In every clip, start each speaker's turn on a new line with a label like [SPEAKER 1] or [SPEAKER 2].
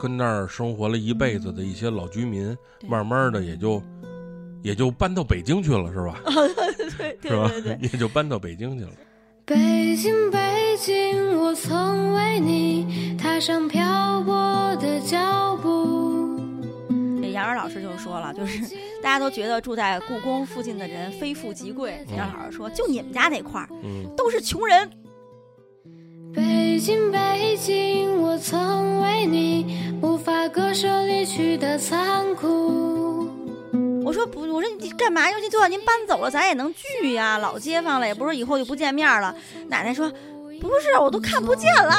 [SPEAKER 1] 跟那儿生活了一辈子的一些老居民，
[SPEAKER 2] 对
[SPEAKER 1] 慢慢的也就也就搬到北京去了，是 吧？
[SPEAKER 2] 对对
[SPEAKER 1] 是吧
[SPEAKER 2] 对对？
[SPEAKER 1] 也就搬到北京去了。
[SPEAKER 3] 北京，北京，我曾为你踏上漂泊的脚步。
[SPEAKER 2] 对，杨元老师就说了，就是大家都觉得住在故宫附近的人非富即贵。
[SPEAKER 1] 嗯
[SPEAKER 2] 杨老师说，就你们家那块儿
[SPEAKER 1] 嗯，
[SPEAKER 2] 都是穷人，
[SPEAKER 3] 北京，北京，我曾为你无法割舍离去的残酷。
[SPEAKER 2] 我说不，我说你干嘛呀？就就算您搬走了，咱也能聚呀，老街坊了，也不是以后就不见面了。奶奶说，不是，我都看不见了。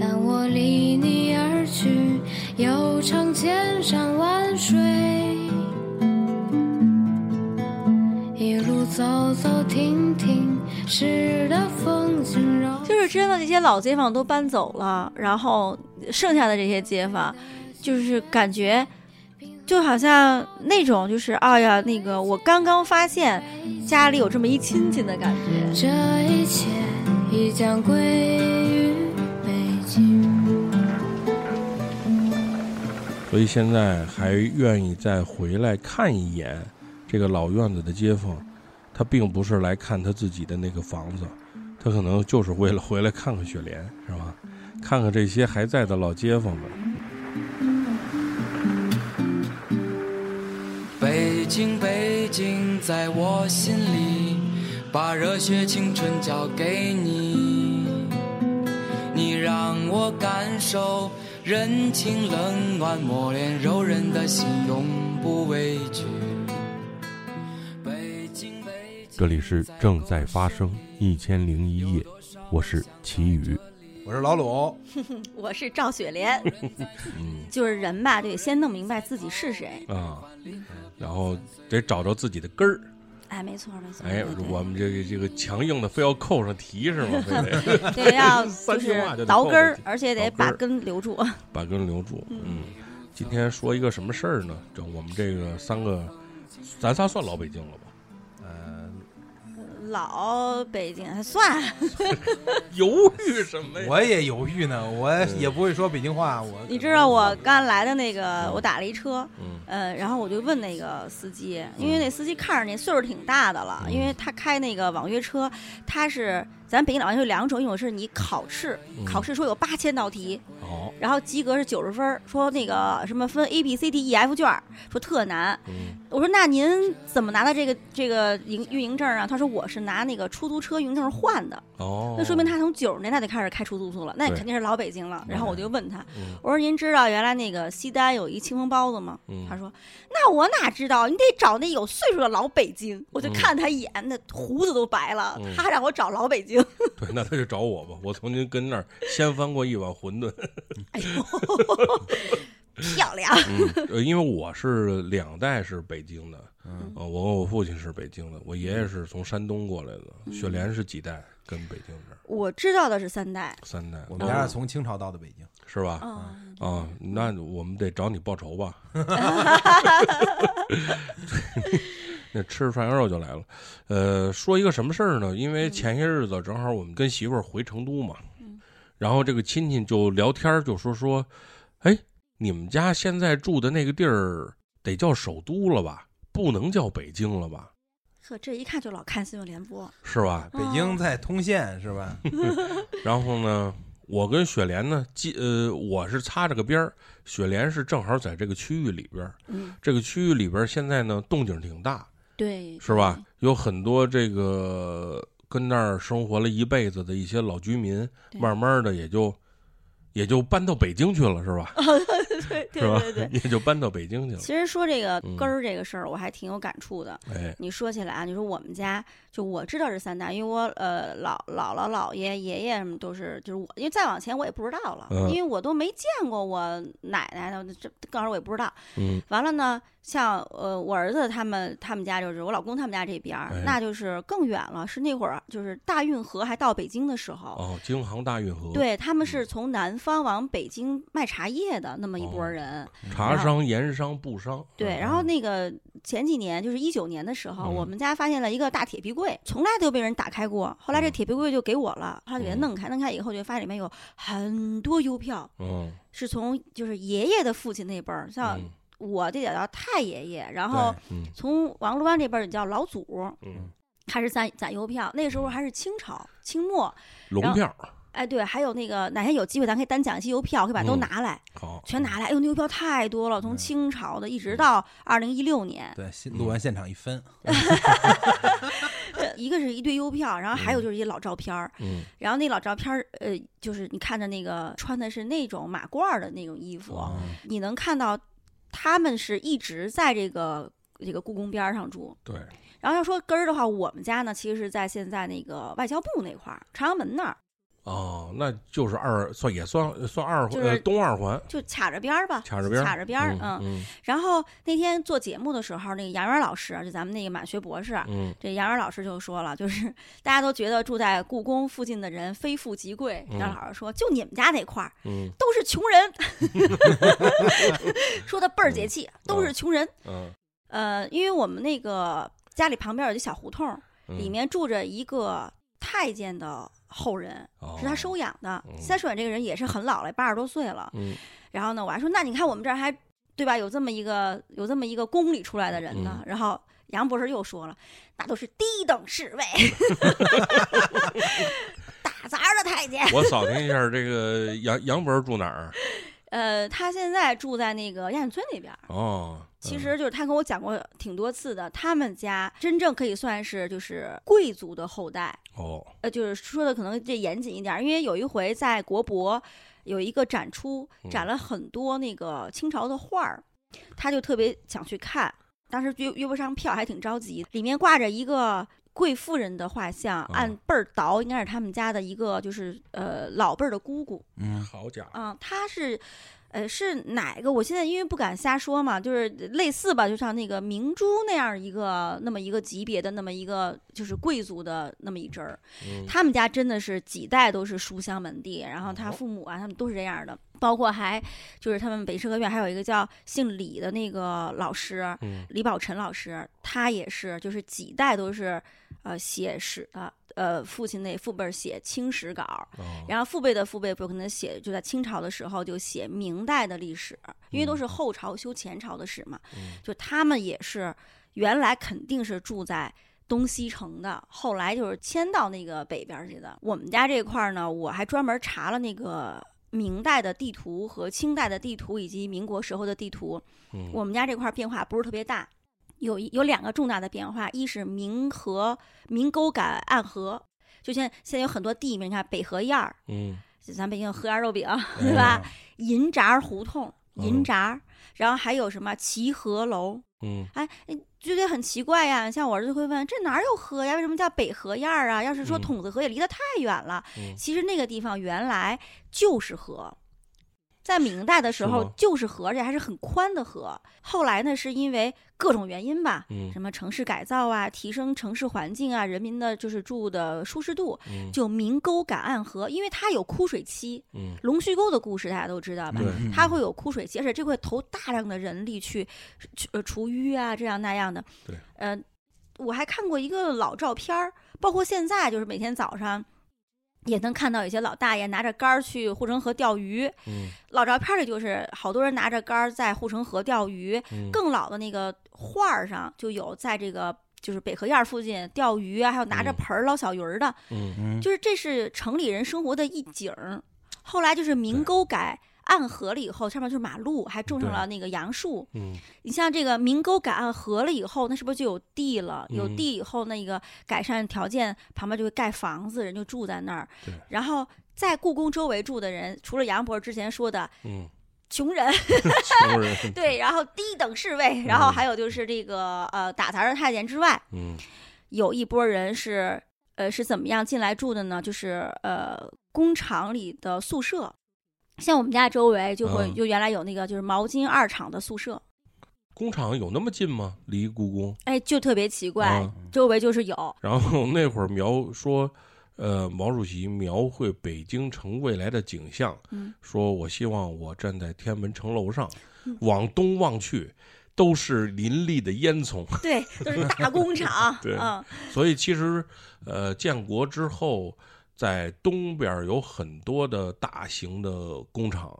[SPEAKER 3] 但我离你而去，悠长千山万水。一路走走停停，使得风景柔。
[SPEAKER 2] 就是真的，这些老街坊都搬走了，然后剩下的这些街坊，就是感觉就好像那种就是，哎呀，那个我刚刚发现家里有这么一亲戚的感觉。
[SPEAKER 3] 这一切已将归于北京。
[SPEAKER 1] 所以现在还愿意再回来看一眼这个老院子的街坊，他并不是来看他自己的那个房子，他可能就是为了 回来看看雪莲，是吧？看看这些还在的老街坊们。
[SPEAKER 4] 北京，北京，在我心里，把热血青春交给你。你让我感受人情冷暖，磨练柔韧的心，永不畏惧。北京，北京，
[SPEAKER 5] 这里是正在发生一千零一夜，我是齐宇。
[SPEAKER 6] 我是老鲁，
[SPEAKER 2] 我是赵雪莲，
[SPEAKER 1] 嗯
[SPEAKER 2] 就是人吧，得先弄明白自己是谁。
[SPEAKER 1] 啊，然后得找着自己的根儿。
[SPEAKER 2] 哎，没错没错。
[SPEAKER 1] 哎
[SPEAKER 2] 对，对
[SPEAKER 1] 我们这个这个强硬的非要扣上题是吗？非得
[SPEAKER 2] 对 要
[SPEAKER 1] 三
[SPEAKER 2] 就
[SPEAKER 1] 句话就是
[SPEAKER 2] 倒根
[SPEAKER 1] 扣
[SPEAKER 2] 儿
[SPEAKER 1] 回去，
[SPEAKER 2] 而且得
[SPEAKER 1] 倒根
[SPEAKER 2] 把
[SPEAKER 1] 儿
[SPEAKER 2] 根留住。
[SPEAKER 1] 把根留住。嗯，今天说一个什么事儿呢？这我们这个三个，咱仨算老北京了吧？
[SPEAKER 6] 呃，
[SPEAKER 2] 老北京还算
[SPEAKER 1] 犹豫什么呀？
[SPEAKER 6] 我也犹豫呢，我也不会说北京话，我
[SPEAKER 2] 你知道我刚来的那个，我打了一车，
[SPEAKER 1] 嗯
[SPEAKER 2] 呃，然后我就问那个司机，因为那司机看着那岁数挺大的了，
[SPEAKER 1] 嗯
[SPEAKER 2] 因为他开那个网约车，他是咱北京老乡有两种，一种是你考试，
[SPEAKER 1] 嗯
[SPEAKER 2] 考试说有八千道题，
[SPEAKER 1] 好，
[SPEAKER 2] 然后及格是九十分儿，说那个什么分 A B C D E F 卷儿，说特难。
[SPEAKER 1] 嗯
[SPEAKER 2] 我说那您怎么拿的这个这个营运营证啊？他说我是拿那个出租车运营证换的，
[SPEAKER 1] 哦，
[SPEAKER 2] 那说明他从九十年代就开始开出租车了，那
[SPEAKER 1] 对
[SPEAKER 2] 肯定是老北京了。然后我就问他，
[SPEAKER 1] 嗯
[SPEAKER 2] 我说您知道原来那个西单有一清风包子吗？
[SPEAKER 1] 嗯
[SPEAKER 2] 他说那我哪知道，你得找那有岁数的老北京。我就看他一眼，那胡子都白了，
[SPEAKER 1] 嗯
[SPEAKER 2] 他还让我找老北京。
[SPEAKER 1] 对，那他就找我吧。我曾经跟那儿掀翻过一碗馄饨，
[SPEAKER 2] 哎呦，漂亮！
[SPEAKER 1] 嗯，呃因为我是两代是北京的，嗯，我跟我父亲是北京的，我爷爷是从山东过来的，雪莲是几代跟北京这儿
[SPEAKER 2] 我知道的是三代，
[SPEAKER 1] 三代，
[SPEAKER 6] 我们家是从清朝到的北京，
[SPEAKER 1] 是吧？
[SPEAKER 2] 嗯，
[SPEAKER 1] 啊，那我们得找你报仇吧。那吃着涮羊肉就来了，呃，说一个什么事儿呢？因为前些日子正好我们跟媳妇儿回成都嘛，然后这个亲戚就聊天儿就说说，哎，你们家现在住的那个地儿得叫首都了吧？不能叫北京了吧？
[SPEAKER 2] 呵，这一看就老看新闻联播。哦
[SPEAKER 1] 是吧？
[SPEAKER 6] 北京在通县是吧？
[SPEAKER 1] 然后呢，我跟雪莲呢，既呃，我是擦着个边儿，雪莲是正好在这个区域里边儿，
[SPEAKER 2] 嗯，
[SPEAKER 1] 这个区域里边儿现在呢动静挺大，
[SPEAKER 2] 对，
[SPEAKER 1] 是吧？？有很多这个跟那儿生活了一辈子的一些老居民，
[SPEAKER 2] 对
[SPEAKER 1] 慢慢的也就也就搬到北京去了，是吧？
[SPEAKER 2] 对对
[SPEAKER 1] 是吧
[SPEAKER 2] 对对？。
[SPEAKER 1] 也就搬到北京去了。
[SPEAKER 2] 其实说这个
[SPEAKER 1] 嗯
[SPEAKER 2] 根儿这个事儿，我还挺有感触的。
[SPEAKER 1] 哎，
[SPEAKER 2] 你说起来啊，你说我们家就我知道是三代，因为我呃姥姥姥姥爷爷爷什么都是，就是我，因为再往前我也不知道了，
[SPEAKER 1] 嗯
[SPEAKER 2] 因为我都没见过我奶奶的，这更是我也不知道。
[SPEAKER 1] 嗯
[SPEAKER 2] 完了呢，像呃我儿子他们他们家就是我老公他们家这边儿，
[SPEAKER 1] 哎
[SPEAKER 2] 那就是更远了，是那会儿就是大运河还到北京的时候，
[SPEAKER 1] 哦，嗯京杭大运河，，
[SPEAKER 2] 对他们是从南方往北京卖茶叶的那么一拨
[SPEAKER 1] 哦
[SPEAKER 2] 人。
[SPEAKER 1] 茶商、盐商、布商，
[SPEAKER 2] 对，然后那个前几年，就是一九年的时候，
[SPEAKER 1] 嗯
[SPEAKER 2] 我们家发现了一个大铁壁柜，从来都没人打开过。后来这
[SPEAKER 1] 嗯
[SPEAKER 2] 铁壁柜就给我了，后来就给它
[SPEAKER 1] 嗯
[SPEAKER 2] 弄开，弄开以后就发现里面有很多邮票，
[SPEAKER 1] 嗯，
[SPEAKER 2] 是从就是爷爷的父亲那辈儿，像
[SPEAKER 1] 嗯
[SPEAKER 2] 我这叫太爷爷，然后
[SPEAKER 1] 嗯
[SPEAKER 2] 从王陆湾这辈儿叫老祖，
[SPEAKER 1] 嗯，
[SPEAKER 2] 开始攒攒邮票。那时候还是清朝清末，
[SPEAKER 1] 龙票
[SPEAKER 2] 哎，对，还有那个哪天有机会咱可以单讲一期邮票，可以把都
[SPEAKER 1] 嗯
[SPEAKER 2] 拿来。
[SPEAKER 1] 好，
[SPEAKER 2] 全拿来。哎呦，那邮票太多了，从
[SPEAKER 6] 嗯
[SPEAKER 2] 清朝的一直到二零一六年，
[SPEAKER 6] 对，现录完现场一分，
[SPEAKER 2] 一个是一堆邮票，然后还有就是一些老照片儿。
[SPEAKER 1] 嗯，
[SPEAKER 2] 然后那老照片儿，呃，就是你看着那个穿的是那种马褂儿的那种衣服，
[SPEAKER 1] 哦
[SPEAKER 2] 你能看到他们是一直在这个这个故宫边儿上住。
[SPEAKER 1] 对，
[SPEAKER 2] 然后要说根儿的话，我们家呢其实是在现在那个外交部那块儿，朝阳门那儿，
[SPEAKER 1] 哦，那就是二算也算算二
[SPEAKER 2] 就
[SPEAKER 1] 环
[SPEAKER 2] 是
[SPEAKER 1] 呃东二环，
[SPEAKER 2] 就卡着边儿吧，
[SPEAKER 1] 卡着边儿，
[SPEAKER 2] 卡着边儿，嗯。
[SPEAKER 1] 嗯
[SPEAKER 2] 然后那天做节目的时候，那个杨元老师，啊就咱们那个满学博士，啊
[SPEAKER 1] 嗯
[SPEAKER 2] 这杨元老师就说了，就是 大家都觉得住在故宫附近的人非富即贵。
[SPEAKER 1] 嗯
[SPEAKER 2] 杨老师说，就你们家那块儿
[SPEAKER 1] 嗯
[SPEAKER 2] 都是穷人， 说的倍儿解气，都是穷人。
[SPEAKER 1] 嗯
[SPEAKER 2] 呃，因为我们那个家里旁边有一小胡同，
[SPEAKER 1] 嗯，
[SPEAKER 2] 里面住着一个太监的后人，是他
[SPEAKER 1] 哦，
[SPEAKER 2] 收养的
[SPEAKER 1] 嗯。
[SPEAKER 2] 三水这个人也是很老了，八十多岁了。
[SPEAKER 1] 嗯
[SPEAKER 2] 然后呢，我还说，那你看我们这儿还对吧，有这么一个有这么一个宫里出来的人呢。然后杨博士又说了，那都是低等侍卫， 打杂的太监。
[SPEAKER 1] 我扫听一下这个杨杨博士住哪儿？
[SPEAKER 2] 呃，他现在住在那个亚运村那边儿。
[SPEAKER 1] 哦，
[SPEAKER 2] 其实就是他跟我讲过挺多次的，他们家真正可以算是就是贵族的后代，
[SPEAKER 1] 嗯哦，
[SPEAKER 2] 呃，就是说的可能这严谨一点儿，因为有一回在国博有一个展出，展了很多那个清朝的画儿，他就特别想去看，当时约约不上票，还挺着急。里面挂着一个贵妇人的画像，
[SPEAKER 1] 哦
[SPEAKER 2] 按辈儿倒应该是他们家的一个就是呃老辈儿的姑姑
[SPEAKER 6] 嗯，
[SPEAKER 1] 好家伙，
[SPEAKER 2] 啊，她是。呃，是哪个？我现在因为不敢瞎说嘛，就是类似吧，就像那个明珠那样一个那么一个级别的那么一个就是贵族的那么一支儿，
[SPEAKER 1] 嗯
[SPEAKER 2] 他们家真的是几代都是书香门第，然后
[SPEAKER 1] 哦
[SPEAKER 2] 他父母啊，他们都是这样的，包括还就是他们北社科院还有一个叫姓李的那个老师，
[SPEAKER 1] 嗯
[SPEAKER 2] 李宝臣老师，他也是就是几代都是呃写史啊，呃父亲那父辈儿写清史稿。
[SPEAKER 1] 哦
[SPEAKER 2] 然后父辈的父辈不可能写，就在清朝的时候就写明代的历史，因为都是后朝修前朝的史嘛。
[SPEAKER 1] 嗯
[SPEAKER 2] 就他们也是原来肯定是住在东西城的，后来就是迁到那个北边儿去的。我们家这块儿呢，我还专门查了那个。明代的地图和清代的地图以及民国时候的地图，
[SPEAKER 1] 嗯
[SPEAKER 2] 我们家这块儿变化不是特别大，有一有两个重大的变化，一是明河明沟改暗河，就现现在有很多地名，你看北河沿儿，
[SPEAKER 1] 嗯
[SPEAKER 2] 咱北京有河沿肉饼，
[SPEAKER 1] 哎
[SPEAKER 2] 对吧？银闸胡同、银
[SPEAKER 1] 嗯
[SPEAKER 2] 闸，然后还有什么齐河楼，
[SPEAKER 1] 嗯
[SPEAKER 2] 哎，哎觉得很奇怪呀。像我儿子会问，这哪儿有河呀？为什么叫北河沿儿啊？要是说
[SPEAKER 1] 嗯
[SPEAKER 2] 筒子河也离得太远了，
[SPEAKER 1] 嗯
[SPEAKER 2] 其实那个地方原来就是河。在明代的时
[SPEAKER 1] 是
[SPEAKER 2] 候
[SPEAKER 1] 吗
[SPEAKER 2] 就是河，而且还是很宽的河。后来呢，是因为各种原因吧，
[SPEAKER 1] 嗯
[SPEAKER 2] 什么城市改造啊，提升城市环境啊，人民的就是住的舒适度，
[SPEAKER 1] 嗯
[SPEAKER 2] 就明沟赶暗河，因为它有枯水期。
[SPEAKER 1] 嗯
[SPEAKER 2] 龙须沟的故事大家都知道吧？
[SPEAKER 1] 对
[SPEAKER 6] 嗯
[SPEAKER 2] 它会有枯水期，而且这会投大量的人力去去呃除淤啊，这样那样的。
[SPEAKER 1] 对，
[SPEAKER 2] 呃，我还看过一个老照片儿，包括现在就是每天早上也能看到一些老大爷拿着杆儿去护城河钓鱼。
[SPEAKER 1] 嗯
[SPEAKER 2] 老照片里就是好多人拿着杆儿在护城河钓鱼，
[SPEAKER 1] 嗯
[SPEAKER 2] 更老的那个画儿上就有在这个。就是北河沿儿附近钓鱼啊，还有拿着
[SPEAKER 1] 嗯
[SPEAKER 2] 盆儿捞小鱼儿的，
[SPEAKER 1] 嗯
[SPEAKER 6] 嗯，
[SPEAKER 2] 就是这是城里人生活的一景儿。后来就是明沟改暗河了以后，上面就是马路，还种上了那个杨树。
[SPEAKER 1] 嗯
[SPEAKER 2] 你像这个明沟改暗河了以后，那是不是就有地了？有
[SPEAKER 1] 嗯
[SPEAKER 2] 地以后，那个改善条件，旁边就会盖房子，人就住在那儿
[SPEAKER 1] 对。
[SPEAKER 2] 然后在故宫周围住的人，除了杨博士之前说的
[SPEAKER 1] 嗯，
[SPEAKER 2] 穷人，
[SPEAKER 1] 穷人，
[SPEAKER 2] 对，然后低等侍卫，然后还有就是这个呃打杂的太监之外，
[SPEAKER 1] 嗯
[SPEAKER 2] 有一波人是呃是怎么样进来住的呢？就是呃工厂里的宿舍，像我们家周围就会、
[SPEAKER 1] 嗯
[SPEAKER 2] 就原来有那个就是毛巾二厂的宿舍，
[SPEAKER 1] 工厂有那么近吗？离故宫？
[SPEAKER 2] 哎，就特别奇怪，
[SPEAKER 1] 啊
[SPEAKER 2] 周围就是有，
[SPEAKER 1] 然后那会儿描说，呃，毛主席描绘北京城未来的景象，
[SPEAKER 2] 嗯
[SPEAKER 1] 说我希望我站在天安门城楼上，
[SPEAKER 2] 嗯
[SPEAKER 1] 往东望去，都是林立的烟囱。，
[SPEAKER 2] 对，都是大工厂
[SPEAKER 1] 对
[SPEAKER 2] 嗯，
[SPEAKER 1] 所以其实，呃，建国之后，在东边儿有很多的大型的工厂，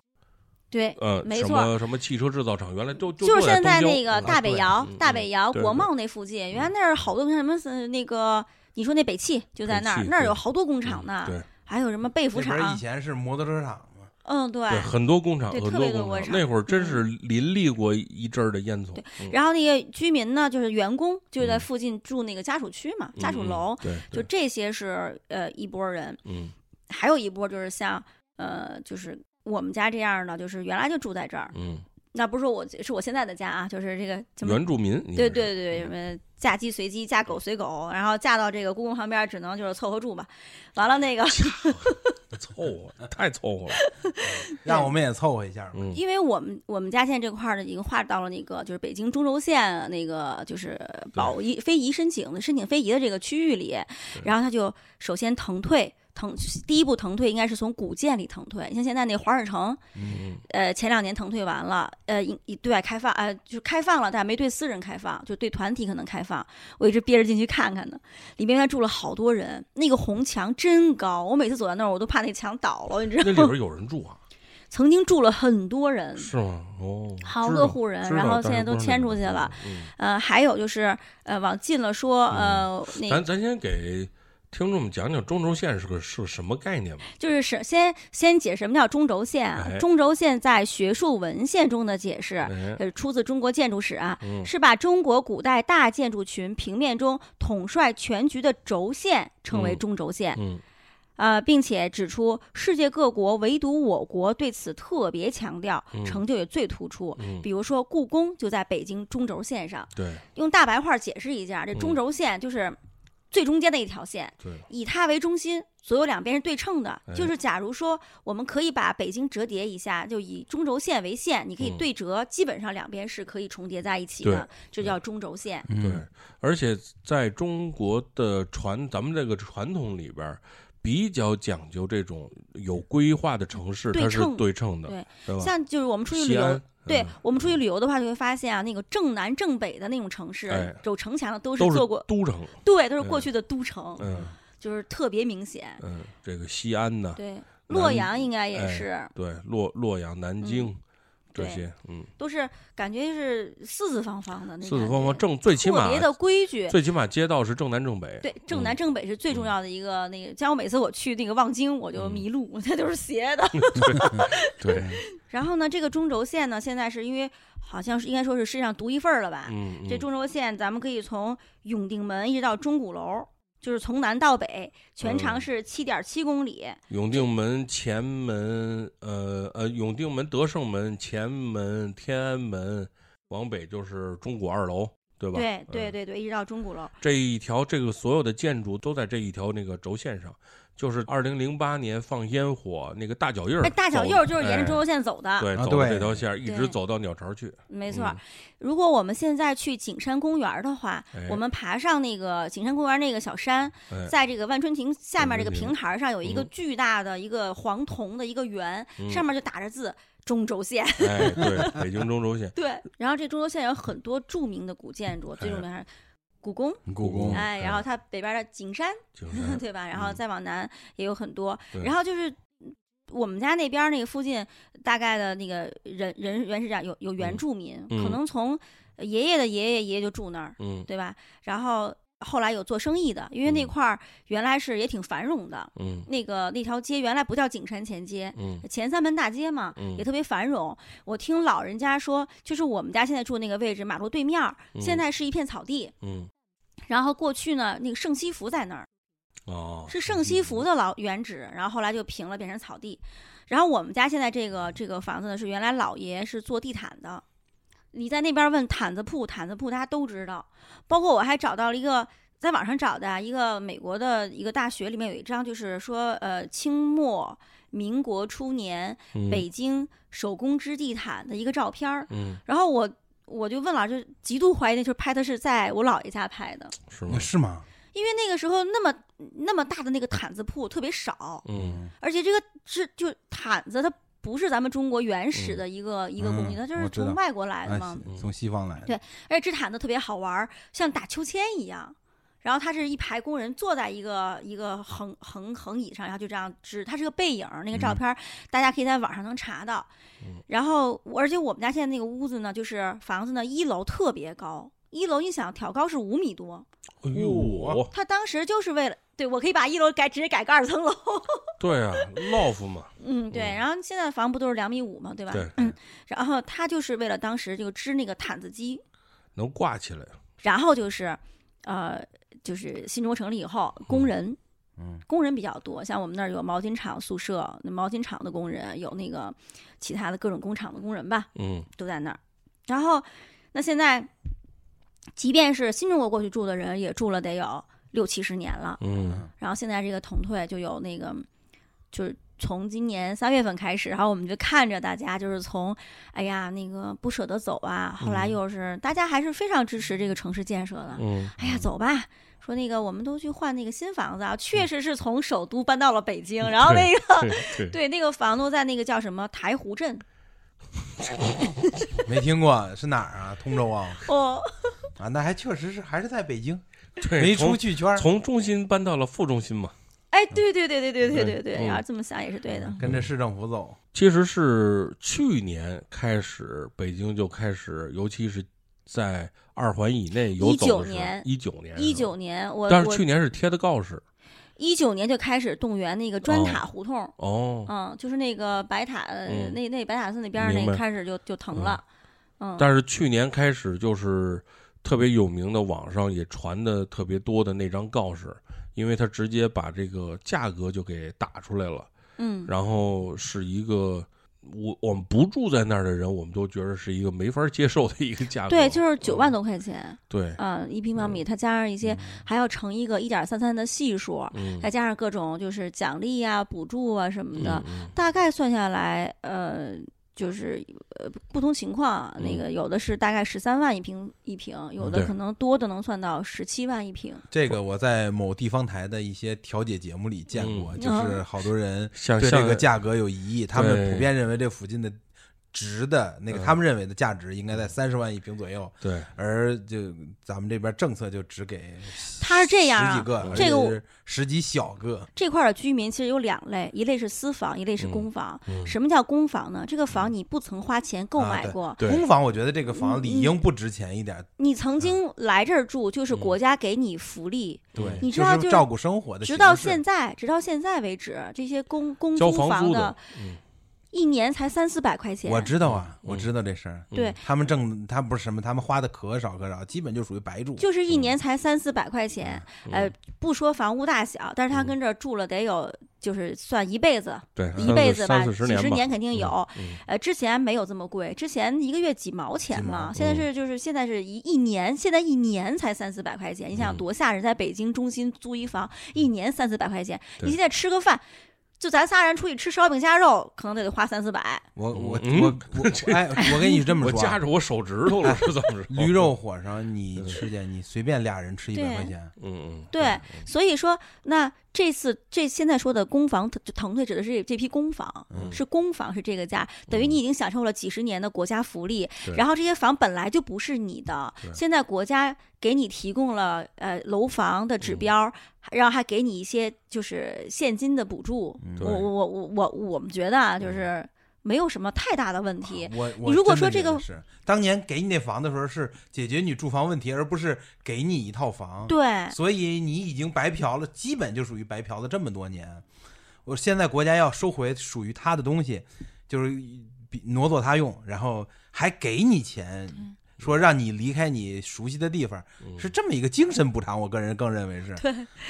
[SPEAKER 2] 对，
[SPEAKER 1] 呃，
[SPEAKER 2] 没
[SPEAKER 1] 什
[SPEAKER 2] 错
[SPEAKER 1] 么什么汽车制造厂，原来就就
[SPEAKER 2] 就是
[SPEAKER 1] 坐在
[SPEAKER 2] 现在
[SPEAKER 1] 东
[SPEAKER 2] 那
[SPEAKER 1] 郊
[SPEAKER 2] 个
[SPEAKER 1] 嗯
[SPEAKER 2] 大北
[SPEAKER 1] 对
[SPEAKER 2] 窑
[SPEAKER 1] 嗯、
[SPEAKER 2] 大
[SPEAKER 1] 嗯
[SPEAKER 2] 北窑、
[SPEAKER 1] 对嗯
[SPEAKER 2] 国
[SPEAKER 1] 对
[SPEAKER 2] 贸那附近，原来那儿好多像什么呃那个，你说那北汽就在那
[SPEAKER 1] 北
[SPEAKER 2] 儿，
[SPEAKER 1] 汽
[SPEAKER 2] 那儿
[SPEAKER 1] 对嗯
[SPEAKER 2] 有好多工厂呢，
[SPEAKER 1] 对
[SPEAKER 2] 还有什么被服
[SPEAKER 6] 那边
[SPEAKER 2] 厂
[SPEAKER 6] 以，前是摩托车厂嘛，
[SPEAKER 2] 嗯，对。
[SPEAKER 1] 对，很多工厂，
[SPEAKER 2] 对
[SPEAKER 1] 很
[SPEAKER 2] 特
[SPEAKER 1] 多
[SPEAKER 2] 别多
[SPEAKER 1] 工
[SPEAKER 2] 工
[SPEAKER 1] 厂，
[SPEAKER 2] 厂嗯
[SPEAKER 1] 那会儿真是林立过一阵儿的烟囱。
[SPEAKER 2] 对
[SPEAKER 1] 嗯，
[SPEAKER 2] 然后那个居民呢，就是员工，就在
[SPEAKER 1] 嗯
[SPEAKER 2] 附近住那个家属区嘛，家属
[SPEAKER 1] 嗯嗯
[SPEAKER 2] 楼，
[SPEAKER 1] 对，
[SPEAKER 2] 就
[SPEAKER 1] 对
[SPEAKER 2] 这些是呃一波人，
[SPEAKER 1] 嗯
[SPEAKER 2] 还有一波就是像呃就是我们家这样的，就是原来就住在这儿，
[SPEAKER 1] 嗯，
[SPEAKER 2] 那不是说我是我现在的家啊，就是这个什么
[SPEAKER 1] 原住民，应该
[SPEAKER 2] 对
[SPEAKER 1] 是
[SPEAKER 2] 对对，什么嫁鸡随鸡，嫁狗随狗，然后嫁到这个故宫旁边，只能就是凑合住吧。完了那个，
[SPEAKER 1] 凑合，太凑 合了。
[SPEAKER 6] 让我们也凑合一下嘛。
[SPEAKER 1] 嗯，
[SPEAKER 2] 因为我们我们家现在这块儿呢，已经划到了那个就是北京中轴线啊那个就是保移非遗申请的申请非遗的这个区域里，然后他就首先腾退。腾第一步腾退应该是从古建里腾退，你像现在那华尔城，
[SPEAKER 1] 嗯
[SPEAKER 2] 呃，前两年腾退完了，呃，一一对外开放，呃，就是开放了，但没对私人开放，就对团体可能开放。我一直憋着进去看看呢，里面原来住了好多人，那个红墙真高，我每次走到那儿我都怕那墙倒了，你知
[SPEAKER 1] 那
[SPEAKER 2] 道
[SPEAKER 1] 里
[SPEAKER 2] 吗？
[SPEAKER 1] 边有人住啊？
[SPEAKER 2] 嗯曾经住了很多人，
[SPEAKER 1] 是吗？哦，
[SPEAKER 2] 好
[SPEAKER 1] 知
[SPEAKER 2] 多
[SPEAKER 1] 道
[SPEAKER 2] 户人
[SPEAKER 1] 知
[SPEAKER 2] 然
[SPEAKER 1] 道
[SPEAKER 2] 后
[SPEAKER 1] 但
[SPEAKER 2] 现在
[SPEAKER 1] 是
[SPEAKER 2] 都
[SPEAKER 1] 不是
[SPEAKER 2] 迁
[SPEAKER 1] 那
[SPEAKER 2] 出
[SPEAKER 1] 种
[SPEAKER 2] 去
[SPEAKER 1] 地
[SPEAKER 2] 了
[SPEAKER 1] 方。嗯
[SPEAKER 2] 呃，还有就是呃，往近了说，呃，那
[SPEAKER 1] 咱咱先给听众们讲讲中轴线是个是个什么概念吧。
[SPEAKER 2] 就是是先先解释什么叫中轴线啊
[SPEAKER 1] 哎？
[SPEAKER 2] 中轴线在学术文献中的解释，
[SPEAKER 1] 哎，
[SPEAKER 2] 呃，出自中国建筑史啊，
[SPEAKER 1] 嗯
[SPEAKER 2] 是把中国古代大建筑群平面中统帅全局的轴线称为
[SPEAKER 1] 嗯
[SPEAKER 2] 中轴线，
[SPEAKER 1] 嗯
[SPEAKER 2] 呃，并且指出世界各国唯独我国对此特别强调，
[SPEAKER 1] 嗯
[SPEAKER 2] 成就也最突出。
[SPEAKER 1] 嗯，
[SPEAKER 2] 比如说，故宫就在北京中轴线上。
[SPEAKER 1] 对
[SPEAKER 2] 用大白话解释一下，这
[SPEAKER 1] 嗯
[SPEAKER 2] 中轴线就是最中间的一条线，
[SPEAKER 1] 对，
[SPEAKER 2] 以它为中心，左右两边是对称的。
[SPEAKER 1] 哎
[SPEAKER 2] 就是假如说我们可以把北京折叠一下，就以中轴线为线，你可以
[SPEAKER 1] 嗯
[SPEAKER 2] 对折，基本上两边是可以重叠在一起
[SPEAKER 1] 对
[SPEAKER 2] 的，这叫中轴线。
[SPEAKER 6] 嗯
[SPEAKER 4] 嗯
[SPEAKER 1] 对，而且在中国的传咱们这个传统里边儿，比较讲究这种有规划的城市，
[SPEAKER 2] 对
[SPEAKER 1] 它是
[SPEAKER 2] 称
[SPEAKER 1] 对称的，
[SPEAKER 2] 对
[SPEAKER 1] 对吧？
[SPEAKER 2] 像就是我们出去旅
[SPEAKER 1] 西
[SPEAKER 2] 游
[SPEAKER 1] 安，
[SPEAKER 2] 对
[SPEAKER 1] 嗯
[SPEAKER 2] 我们出去旅游的话，就会发现啊，那个正南正北的那种城
[SPEAKER 1] 哎
[SPEAKER 2] 市，有城墙的都是
[SPEAKER 1] 都是
[SPEAKER 2] 做过，
[SPEAKER 1] 都城，
[SPEAKER 2] 对，都是过
[SPEAKER 1] 嗯
[SPEAKER 2] 去的都城，
[SPEAKER 1] 嗯
[SPEAKER 2] 就是特别明显。
[SPEAKER 1] 嗯，这个西安呐，
[SPEAKER 2] 对，
[SPEAKER 1] 南
[SPEAKER 2] 洛阳应该也
[SPEAKER 1] 哎
[SPEAKER 2] 是。
[SPEAKER 1] 对，洛洛阳、南京、这
[SPEAKER 2] 嗯对
[SPEAKER 1] 些，嗯，
[SPEAKER 2] 都是感觉是四四方方的那
[SPEAKER 1] 四四
[SPEAKER 2] 感
[SPEAKER 1] 方方
[SPEAKER 2] 觉
[SPEAKER 1] 正，最起
[SPEAKER 2] 特
[SPEAKER 1] 码
[SPEAKER 2] 别的规矩。
[SPEAKER 1] 最起码街道是正南正北，
[SPEAKER 2] 对，正南
[SPEAKER 1] 嗯
[SPEAKER 2] 正北是最重
[SPEAKER 1] 嗯
[SPEAKER 2] 要的一个那个，像我每次我去那个望京，我就
[SPEAKER 1] 嗯
[SPEAKER 2] 迷路，它都是斜的。
[SPEAKER 1] 对，
[SPEAKER 2] 然后呢，这个中轴线呢，现在是因为好像是应该说是世界上独一份儿了吧？
[SPEAKER 1] 嗯，嗯
[SPEAKER 2] 这中轴线咱们可以从永定门一直到钟鼓楼，就是从南到北，全
[SPEAKER 1] 嗯
[SPEAKER 2] 长是七点七公里。
[SPEAKER 1] 永定门、前门，呃呃，永定门、德胜门、前门、天安门，往北就是中古二楼，对吧？
[SPEAKER 2] 对对
[SPEAKER 1] 嗯
[SPEAKER 2] 对对，一直到钟鼓楼。
[SPEAKER 1] 这一条这个所有的建筑都在这一条那个轴线上，就是二零零八年放烟火那个大脚印儿走
[SPEAKER 2] 哎，
[SPEAKER 1] 的，
[SPEAKER 2] 大小右就是沿着中
[SPEAKER 1] 哎
[SPEAKER 2] 轴线走的。
[SPEAKER 1] 对，
[SPEAKER 6] 啊
[SPEAKER 1] 走的
[SPEAKER 6] 对
[SPEAKER 1] 这条线儿一直
[SPEAKER 2] 对
[SPEAKER 1] 走到鸟巢去，
[SPEAKER 2] 没错儿，
[SPEAKER 1] 嗯
[SPEAKER 2] 如果我们现在去景山公园儿的话，
[SPEAKER 1] 哎
[SPEAKER 2] 我们爬上那个景山公园那个小山，
[SPEAKER 1] 哎
[SPEAKER 2] 在这个万春亭下面这个
[SPEAKER 1] 万春
[SPEAKER 2] 平
[SPEAKER 1] 亭
[SPEAKER 2] 台上有一个
[SPEAKER 1] 嗯
[SPEAKER 2] 巨大的一个黄铜的一个圆，
[SPEAKER 1] 嗯
[SPEAKER 2] 上面就打着字“中轴 线
[SPEAKER 1] 哎，对，北京中轴线”。，
[SPEAKER 2] 对，然后这中轴线有很多著名的古建筑，最著名还是故宫，
[SPEAKER 1] 故宫哎嗯
[SPEAKER 2] 哎，然后它北边的景山，
[SPEAKER 1] 景山，
[SPEAKER 2] 对吧？然后
[SPEAKER 1] 嗯
[SPEAKER 2] 再往南也有很多，
[SPEAKER 1] 对
[SPEAKER 2] 然后就是。我们家那边儿那个附近，大概的那个人人原始长有有原
[SPEAKER 1] 嗯
[SPEAKER 2] 住民，
[SPEAKER 1] 嗯
[SPEAKER 2] 可能从爷爷的爷爷爷爷就住那儿，
[SPEAKER 1] 嗯
[SPEAKER 2] 对吧？然后后来有做生意的，因为那
[SPEAKER 1] 嗯
[SPEAKER 2] 块儿原来是也挺繁荣的，
[SPEAKER 1] 嗯
[SPEAKER 2] 那个那条街原来不叫景山前街，
[SPEAKER 1] 嗯
[SPEAKER 2] 前三门大街嘛，
[SPEAKER 1] 嗯
[SPEAKER 2] 也特别繁荣。我听老人家说，就是我们家现在住那个位置，马路对面儿
[SPEAKER 1] 嗯
[SPEAKER 2] 现在是一片草地，
[SPEAKER 1] 嗯，
[SPEAKER 2] 然后过去呢，那个盛西福在那儿，
[SPEAKER 1] 哦，
[SPEAKER 2] 是盛西福的老原址，然后后来就平了，变成草地。然后我们家现在这个这个房子呢，是原来老爷是做地毯的。你在那边问毯子铺，毯子铺大家都知道，包括我还找到了一个在网上找的啊一个美国的一个大学里面有一张，就是说呃清末民国初年
[SPEAKER 1] 嗯
[SPEAKER 2] 北京手工织地毯的一个照片儿。
[SPEAKER 1] 嗯
[SPEAKER 2] 然后我我就问老师，极度怀疑那时候拍的是在我姥爷家拍的，
[SPEAKER 1] 是
[SPEAKER 6] 那
[SPEAKER 1] 吗？
[SPEAKER 6] 是吗？
[SPEAKER 2] 因为那个时候那么那么大的那个毯子铺特别少，
[SPEAKER 1] 嗯，
[SPEAKER 2] 而且这个是就毯子它不是咱们中国原始的一个、一个工艺，
[SPEAKER 6] 嗯
[SPEAKER 2] 它就
[SPEAKER 6] 我
[SPEAKER 2] 是
[SPEAKER 6] 知道
[SPEAKER 2] 从外国来的
[SPEAKER 6] 哎
[SPEAKER 2] 嘛。
[SPEAKER 1] 嗯
[SPEAKER 6] 从西方来的，
[SPEAKER 2] 对而且这毯子特别好玩儿，像打秋千一样。然后它是一排工人坐在一个一个横横横椅上，然后就这样支，它是个背影儿，那个照
[SPEAKER 6] 嗯
[SPEAKER 2] 片儿、大家可以在网上能查到。然后我，而且我们家现在那个屋子呢，就是房子呢，一楼特别高，一楼你想挑高是五米多，
[SPEAKER 1] 哎呦，
[SPEAKER 2] 他当时就是为了对我可以把一楼改直接改个二层楼，
[SPEAKER 1] 对啊，love 嘛，
[SPEAKER 2] 嗯，对。
[SPEAKER 1] 嗯
[SPEAKER 2] 然后现在房不都是两米五嘛，对吧？嗯
[SPEAKER 1] 对，
[SPEAKER 2] 然后他就是为了当时就织那个毯子机，
[SPEAKER 1] 能挂起来，
[SPEAKER 2] 然后就是，呃，就是新中国成立以后，工人，
[SPEAKER 6] 嗯，
[SPEAKER 2] 工人比较多，像我们那儿有毛巾厂宿舍，那毛巾厂的工人，有那个其他的各种工厂的工人吧，
[SPEAKER 1] 嗯
[SPEAKER 2] 都在那儿。然后，那现在，即便是新中国过去住的人，也住了得有六七十年了。
[SPEAKER 1] 嗯
[SPEAKER 2] 然后现在这个腾退就有那个，就是从今年三月份开始，然后我们就看着大家就是从，哎呀那个不舍得走啊，后来
[SPEAKER 1] 嗯
[SPEAKER 2] 又是、大家还是非常支持这个城市建设的，
[SPEAKER 1] 嗯，
[SPEAKER 2] 哎呀走吧。说那个，我们都去换那个新房子啊，确实是从首都搬到了北京，然后那个
[SPEAKER 1] 嗯对对，
[SPEAKER 2] 对那个房东在那个叫什么台 湖镇，
[SPEAKER 6] 没听过是哪儿啊？通州啊？
[SPEAKER 2] 哦，
[SPEAKER 6] 啊，那还确实是还是在北京，
[SPEAKER 1] 对
[SPEAKER 6] 没
[SPEAKER 1] 从
[SPEAKER 6] 出去圈儿，
[SPEAKER 1] 从中心搬到了副中心嘛，
[SPEAKER 2] 哎，对对对对对对
[SPEAKER 1] 对
[SPEAKER 2] 对对，
[SPEAKER 1] 嗯
[SPEAKER 2] 然后这么想也是对的，
[SPEAKER 6] 跟着市政府走。
[SPEAKER 1] 其实是去年开始，北京就开始，尤其是在二环以内游走的时候，一九年，
[SPEAKER 2] 一九，年我
[SPEAKER 1] 但是
[SPEAKER 2] 我
[SPEAKER 1] 去年是贴的告示
[SPEAKER 2] 一九年就开始动员那个砖
[SPEAKER 1] 哦
[SPEAKER 2] 塔胡同，
[SPEAKER 1] 哦，
[SPEAKER 2] 嗯，就是那个白塔，呃
[SPEAKER 1] 嗯
[SPEAKER 2] 那那白塔寺那边儿
[SPEAKER 1] 明白
[SPEAKER 2] 那开始就就疼了，嗯，
[SPEAKER 1] 但是去年开始就是特别有名的，网上也传的特别多的那张告示，因为它直接把这个价格就给打出来了。
[SPEAKER 2] 嗯，
[SPEAKER 1] 然后是一个我我们不住在那儿的人，我们都觉得是一个没法接受的一个价格。
[SPEAKER 2] 对，就是九万
[SPEAKER 1] 嗯
[SPEAKER 2] 多块钱，
[SPEAKER 1] 对，
[SPEAKER 2] 嗯，一平方米，它加上一些还要乘一个一点三三的系数，
[SPEAKER 1] 嗯，
[SPEAKER 2] 再加上各种就是奖励啊、补助啊什么的，
[SPEAKER 1] 嗯
[SPEAKER 2] 大概算下来，呃。就是呃不同情况，那
[SPEAKER 1] 嗯
[SPEAKER 2] 个有的是大概十三万一平一平，有的
[SPEAKER 1] 对
[SPEAKER 2] 可能多的能算到十七万一平。
[SPEAKER 6] 这个我在某地方台的一些调解节目里见过，
[SPEAKER 1] 嗯
[SPEAKER 6] 就是好多人
[SPEAKER 1] 像
[SPEAKER 6] 对这
[SPEAKER 1] 像
[SPEAKER 6] 个价格有疑义，他们
[SPEAKER 1] 对
[SPEAKER 6] 普遍认为这附近的值的那个
[SPEAKER 1] 嗯
[SPEAKER 6] 他们认为的价值应该在三十万一平左右，
[SPEAKER 1] 对，
[SPEAKER 6] 而就咱们这边政策就只给
[SPEAKER 2] 它是这样啊
[SPEAKER 6] 十几个，
[SPEAKER 1] 嗯
[SPEAKER 6] 而且
[SPEAKER 2] 这个我
[SPEAKER 6] 是十几小个，
[SPEAKER 2] 这块儿的居民其实有两类，一类是私房，一类是公房。
[SPEAKER 1] 嗯啊
[SPEAKER 2] 什么叫公房呢？这个房你不曾花钱
[SPEAKER 6] 啊
[SPEAKER 2] 购买过，嗯
[SPEAKER 1] 对
[SPEAKER 6] 公房我觉得这个房理应不值钱一点，
[SPEAKER 2] 你
[SPEAKER 1] 嗯
[SPEAKER 2] 曾经来这儿住，就是国家给你福利。
[SPEAKER 6] 对，
[SPEAKER 2] 嗯
[SPEAKER 1] 嗯
[SPEAKER 2] 你知
[SPEAKER 6] 就
[SPEAKER 2] 道就是
[SPEAKER 6] 是照顾生活的形式，
[SPEAKER 2] 直到现在，直到现在为止，这些公公
[SPEAKER 1] 交
[SPEAKER 2] 租
[SPEAKER 1] 房
[SPEAKER 2] 房
[SPEAKER 1] 租
[SPEAKER 2] 的
[SPEAKER 1] 的，嗯
[SPEAKER 2] 一年才三四百块钱。
[SPEAKER 6] 我知道啊，
[SPEAKER 1] 嗯
[SPEAKER 6] 我知道这事儿，嗯
[SPEAKER 2] 对，
[SPEAKER 6] 他们挣他不是什么，他们花的可少可少，基本就属于白住，
[SPEAKER 2] 就是
[SPEAKER 1] 嗯
[SPEAKER 2] 一年才三四百块钱，呃，不说房屋大小，但是他
[SPEAKER 1] 嗯
[SPEAKER 2] 跟这儿住了得有，就是算一辈子，
[SPEAKER 1] 对，
[SPEAKER 2] 一辈子吧，
[SPEAKER 1] 三四
[SPEAKER 2] 几
[SPEAKER 1] 十
[SPEAKER 2] 十
[SPEAKER 1] 吧，
[SPEAKER 2] 年肯定有。
[SPEAKER 1] 嗯
[SPEAKER 2] 呃，之前没有这么贵，之前一个月几毛钱嘛，
[SPEAKER 6] 几
[SPEAKER 2] 现
[SPEAKER 1] 嗯
[SPEAKER 2] 在是就是现在是一一年，现在一年才三四百块钱，你想想
[SPEAKER 1] 嗯
[SPEAKER 2] 多吓人，在北京中心租一房，一年三四百块钱，
[SPEAKER 1] 对
[SPEAKER 2] 你现在吃个饭。就咱仨人出去吃烧饼夹肉，可能得花三四百。
[SPEAKER 6] 我我
[SPEAKER 1] 嗯
[SPEAKER 6] 我我哎，我哦跟你这么
[SPEAKER 1] 我
[SPEAKER 6] 说
[SPEAKER 1] 夹
[SPEAKER 6] 啊，
[SPEAKER 1] 着我手指头 了，是怎么着？
[SPEAKER 6] 驴肉，火烧你吃去，你随便俩人吃一百
[SPEAKER 2] 对啊
[SPEAKER 6] 块钱，
[SPEAKER 1] 嗯嗯，
[SPEAKER 2] 对，所以说，那这次这现在说的公房就腾退指的是这这批公房，
[SPEAKER 1] 嗯
[SPEAKER 2] 是公房是这个价，等
[SPEAKER 6] 嗯
[SPEAKER 2] 于你已经享受了几十年的国家福利，
[SPEAKER 1] 对
[SPEAKER 2] 然后这些房本来就不是你的，现在国家给你提供了呃楼房的
[SPEAKER 6] 嗯
[SPEAKER 2] 指标，然后还给你一些就是现金的补助。
[SPEAKER 6] 嗯
[SPEAKER 1] 对
[SPEAKER 2] 我我我我我我们觉得啊，就是没有什么太大的问题。
[SPEAKER 6] 我我
[SPEAKER 2] 如果
[SPEAKER 6] 真
[SPEAKER 2] 说
[SPEAKER 6] 的
[SPEAKER 2] 这
[SPEAKER 6] 觉得
[SPEAKER 2] 个
[SPEAKER 6] 是当年给你那房的时候，是解决你住房问题，而不是给你一套房。，
[SPEAKER 2] 对，
[SPEAKER 6] 所以你已经白嫖了，基本就属于白嫖了这么多年。我现在国家要收回属于他的东西，就是比挪作他用，然后还给你钱，
[SPEAKER 2] 嗯
[SPEAKER 6] 说让你离开你熟悉的地方，是这么一个精神补偿。我个人更认为是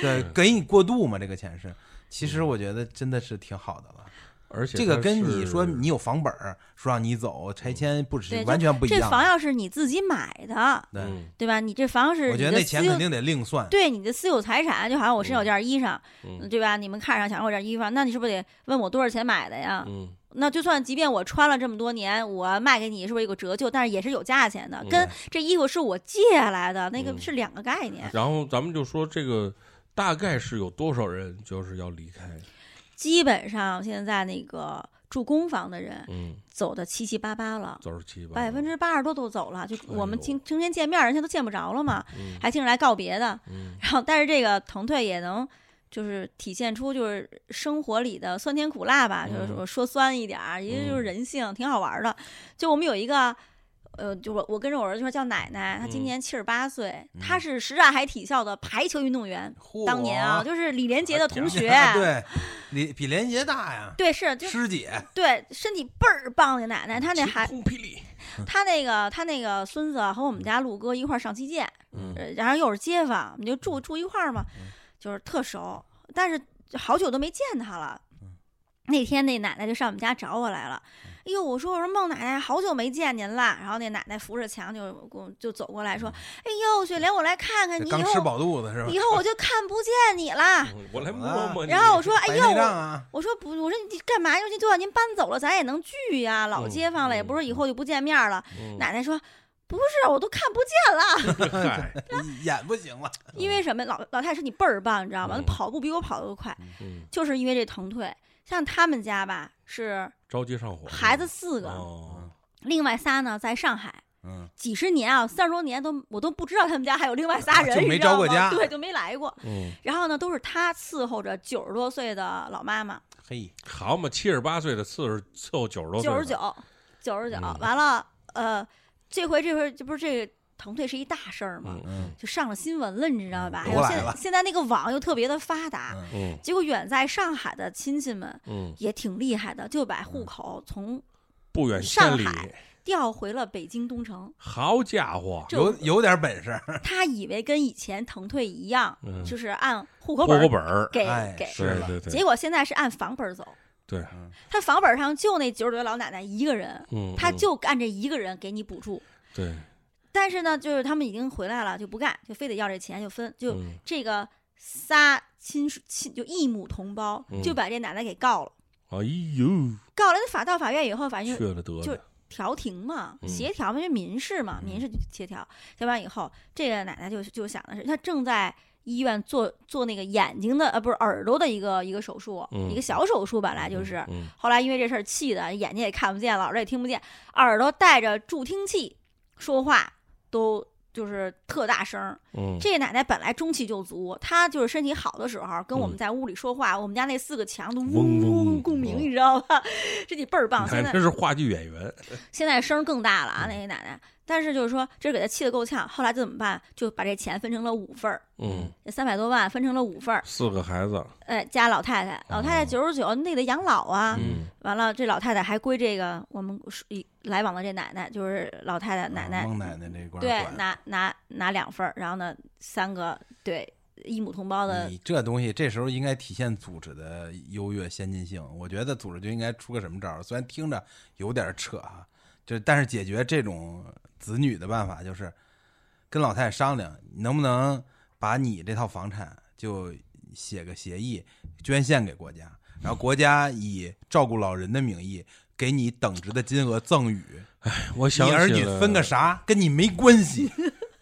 [SPEAKER 6] 对给你过渡嘛，这个钱是。其实我觉得真的是挺好的了。
[SPEAKER 1] 而且
[SPEAKER 6] 嗯这个
[SPEAKER 1] 它
[SPEAKER 6] 跟你
[SPEAKER 1] 是
[SPEAKER 6] 说你有房本儿，说让你走拆迁不
[SPEAKER 2] 对
[SPEAKER 6] 是
[SPEAKER 2] 就
[SPEAKER 6] 完全不一
[SPEAKER 2] 这
[SPEAKER 6] 样
[SPEAKER 2] 房
[SPEAKER 6] 的。
[SPEAKER 2] 要是你自己买的，
[SPEAKER 6] 对，
[SPEAKER 1] 嗯
[SPEAKER 2] 对吧？你这房要是
[SPEAKER 6] 我觉得
[SPEAKER 2] 你的
[SPEAKER 6] 那钱
[SPEAKER 2] 私有
[SPEAKER 6] 肯定得另算。
[SPEAKER 2] 对你的私有财产，就好像我身上有件衣裳，
[SPEAKER 1] 嗯
[SPEAKER 2] 对吧？你们看上想要我这件衣裳，那你是不是得问我多少钱买的呀？
[SPEAKER 1] 嗯
[SPEAKER 2] 那就算即便我穿了这么多年，我卖给你是不是有个折旧，但是也是有价钱的，
[SPEAKER 1] 嗯
[SPEAKER 2] 跟这衣服是我借来的那个
[SPEAKER 1] 嗯
[SPEAKER 2] 是两个概念。
[SPEAKER 1] 然后咱们就说这个大概是有多少人就是要离开，
[SPEAKER 2] 基本上现在那个住公房的人
[SPEAKER 1] 嗯，
[SPEAKER 2] 走的七七八八了。
[SPEAKER 1] 早十七吧，
[SPEAKER 2] 百分之八十多都走了，就
[SPEAKER 1] 哎呦
[SPEAKER 2] 我们今成天见面，人家都见不着了嘛，
[SPEAKER 1] 嗯
[SPEAKER 2] 还听着来告别的。
[SPEAKER 1] 嗯
[SPEAKER 2] 然后，但是这个腾退也能就是体现出就是生活里的酸甜苦辣吧，就是
[SPEAKER 1] 嗯
[SPEAKER 2] 说说酸一点儿，也
[SPEAKER 1] 嗯
[SPEAKER 2] 就是人性，挺好玩儿的。就我们有一个。呃，就我我跟着我儿子说叫奶奶，她
[SPEAKER 1] 嗯
[SPEAKER 2] 今年七十八岁，她是什刹海体校的排球运动员，
[SPEAKER 6] 嚯
[SPEAKER 2] 当年啊，就是李连杰的 同学，
[SPEAKER 6] 对，比比连杰大呀，
[SPEAKER 2] 对是 就
[SPEAKER 6] 师姐，
[SPEAKER 2] 对身体倍儿棒的奶奶，她那还
[SPEAKER 1] 晴空霹雳，
[SPEAKER 2] 他那个他那个孙子和我们家陆哥一块儿上击剑，
[SPEAKER 1] 嗯
[SPEAKER 2] 呃然后又是街坊，我们就住住一块儿嘛，
[SPEAKER 6] 嗯
[SPEAKER 2] 就是特熟，但是好久都没见他了。
[SPEAKER 6] 嗯
[SPEAKER 2] 那天那奶奶就上我们家找我来了，哎呦，我说我说孟奶奶，好久没见您啦。然后那奶奶扶着墙就给我就走过来说，哎呦，雪莲，我来看哎看你，以
[SPEAKER 6] 嗯刚吃
[SPEAKER 2] 后
[SPEAKER 6] 饱肚子是吧
[SPEAKER 2] 以？后我就看不见你啦。
[SPEAKER 1] 嗯我来摸摸你，
[SPEAKER 2] 然后我说，哎
[SPEAKER 6] 白
[SPEAKER 2] 呦，
[SPEAKER 6] 内
[SPEAKER 2] 我
[SPEAKER 6] 障啊，
[SPEAKER 2] 我说不，我说你干嘛？尤其就算您搬走了，咱也能聚呀、老
[SPEAKER 1] 嗯
[SPEAKER 2] 街坊了，也不是以后就不见面了。
[SPEAKER 1] 嗯
[SPEAKER 2] 奶奶说。不是，我都看不见了，
[SPEAKER 1] 嗨
[SPEAKER 6] 眼不行了，
[SPEAKER 2] 因为什么？老老太太说你倍儿棒，你知道吗？
[SPEAKER 1] 嗯
[SPEAKER 2] 她跑步比我跑得都快，
[SPEAKER 1] 嗯，
[SPEAKER 2] 就是因为这疼退。像他们家吧，是
[SPEAKER 1] 着急上火，
[SPEAKER 2] 孩子四个，
[SPEAKER 1] 哦，
[SPEAKER 2] 另外仨呢在上海，
[SPEAKER 6] 嗯，
[SPEAKER 2] 几十年啊，三十多年都我都不知道他们家还有另外仨人，
[SPEAKER 6] 啊就没
[SPEAKER 2] 你知道
[SPEAKER 6] 着过
[SPEAKER 2] 吗
[SPEAKER 6] 家
[SPEAKER 2] 对，就没来过。
[SPEAKER 1] 嗯，
[SPEAKER 2] 然后呢，都是他伺候着九十多岁的老妈妈，
[SPEAKER 6] 嘿，
[SPEAKER 1] 好嘛，七十八岁的伺候伺候九十多岁，
[SPEAKER 2] 九十，九，九十九
[SPEAKER 1] 嗯，
[SPEAKER 2] 完了，呃，这回这回这不是这个腾退是一大事儿吗？
[SPEAKER 1] 嗯
[SPEAKER 6] 嗯
[SPEAKER 2] 就上了新闻了，你知道吧？
[SPEAKER 6] 嗯
[SPEAKER 2] 还有
[SPEAKER 6] 都来
[SPEAKER 2] 现在
[SPEAKER 6] 了
[SPEAKER 2] 现在那个网又特别的发达，
[SPEAKER 6] 嗯，
[SPEAKER 1] 嗯
[SPEAKER 2] 结果远在上海的亲戚们
[SPEAKER 1] 嗯，
[SPEAKER 2] 也挺厉害的，就把户口从
[SPEAKER 1] 不远千里
[SPEAKER 2] 上，海调回了北京东城。
[SPEAKER 1] 好家伙，
[SPEAKER 2] 这
[SPEAKER 6] 有有点本事，
[SPEAKER 2] 他以为跟以前腾退一样，
[SPEAKER 1] 嗯
[SPEAKER 2] 就是按户口
[SPEAKER 1] 户
[SPEAKER 2] 本
[SPEAKER 1] 口
[SPEAKER 2] 儿
[SPEAKER 1] 本儿，
[SPEAKER 2] 给
[SPEAKER 6] 哎
[SPEAKER 2] 给，
[SPEAKER 6] 是
[SPEAKER 1] 对
[SPEAKER 6] 了
[SPEAKER 1] 对
[SPEAKER 2] 结
[SPEAKER 1] 对
[SPEAKER 2] 果现在是按房本儿走。嗯
[SPEAKER 1] 对，
[SPEAKER 2] 他房本儿上就那九十多老奶奶一个人，
[SPEAKER 1] 嗯，
[SPEAKER 2] 他
[SPEAKER 1] 嗯
[SPEAKER 2] 就按这一个人给你补助。
[SPEAKER 1] 对，
[SPEAKER 2] 但是呢，就是他们已经回来了，就不干，就非得要这钱，就分，就
[SPEAKER 1] 嗯
[SPEAKER 2] 这个仨亲属亲就异母同胞
[SPEAKER 1] 嗯
[SPEAKER 2] 就把这奶奶给告了，
[SPEAKER 1] 哎呦，
[SPEAKER 2] 告了那法到法院以后，法院
[SPEAKER 1] 去了得
[SPEAKER 2] 哎就
[SPEAKER 1] 了，
[SPEAKER 2] 调停嘛，
[SPEAKER 1] 嗯
[SPEAKER 2] 协调嘛，就民事嘛，民事就协调，协完以后，这个奶奶就就想的是，她正在。医院做做那个眼睛的呃不是耳朵的一个一个手术，
[SPEAKER 1] 嗯
[SPEAKER 2] 一个小手术本来哎就是，
[SPEAKER 1] 嗯，
[SPEAKER 2] 后来因为这事儿气的，眼睛也看不见了，耳朵也听不见，耳朵带着助听器说话都就是特大声儿。
[SPEAKER 1] 嗯，
[SPEAKER 2] 这奶奶本来中气就足，她就是身体好的时候跟我
[SPEAKER 1] 嗯
[SPEAKER 2] 们在屋里说话，我们家那四个墙都嗡
[SPEAKER 1] 嗡嗡
[SPEAKER 2] 嗡共鸣，你知道吧？ 身体倍儿棒。
[SPEAKER 1] 你
[SPEAKER 2] 现
[SPEAKER 1] 看
[SPEAKER 2] 在
[SPEAKER 1] 这是话剧演员，
[SPEAKER 2] 现在声儿更大了啊，
[SPEAKER 1] 嗯
[SPEAKER 2] 那个奶奶。但是就是说，这给她气得够呛。后来怎么办？就把这钱分成了五份儿，
[SPEAKER 1] 嗯，
[SPEAKER 2] 这三百多万分成了五份儿，
[SPEAKER 1] 四个孩子，
[SPEAKER 2] 哎，加老太太，老太太九十九，那得养老啊。
[SPEAKER 1] 哦嗯
[SPEAKER 2] 完了，这老太太还归这个我们是一来往的这奶奶，就是老太太奶奶，
[SPEAKER 6] 嗯孟奶奶这块
[SPEAKER 2] 对，
[SPEAKER 6] 管。
[SPEAKER 2] 拿拿拿两份儿，然后呢，三个对一母同胞的
[SPEAKER 6] 你这东西这时候应该体现组织的优越先进性，我觉得组织就应该出个什么招儿，虽然听着有点扯啊，就但是解决这种子女的办法就是跟老太太商量，你能不能把你这套房产就写个协议捐献给国家，然后国家以照顾老人的名义给你等值的金额赠与，
[SPEAKER 1] 我
[SPEAKER 6] 你
[SPEAKER 1] 想
[SPEAKER 6] 儿
[SPEAKER 1] 起
[SPEAKER 6] 女
[SPEAKER 1] 了
[SPEAKER 6] 分个啥跟你没 关系，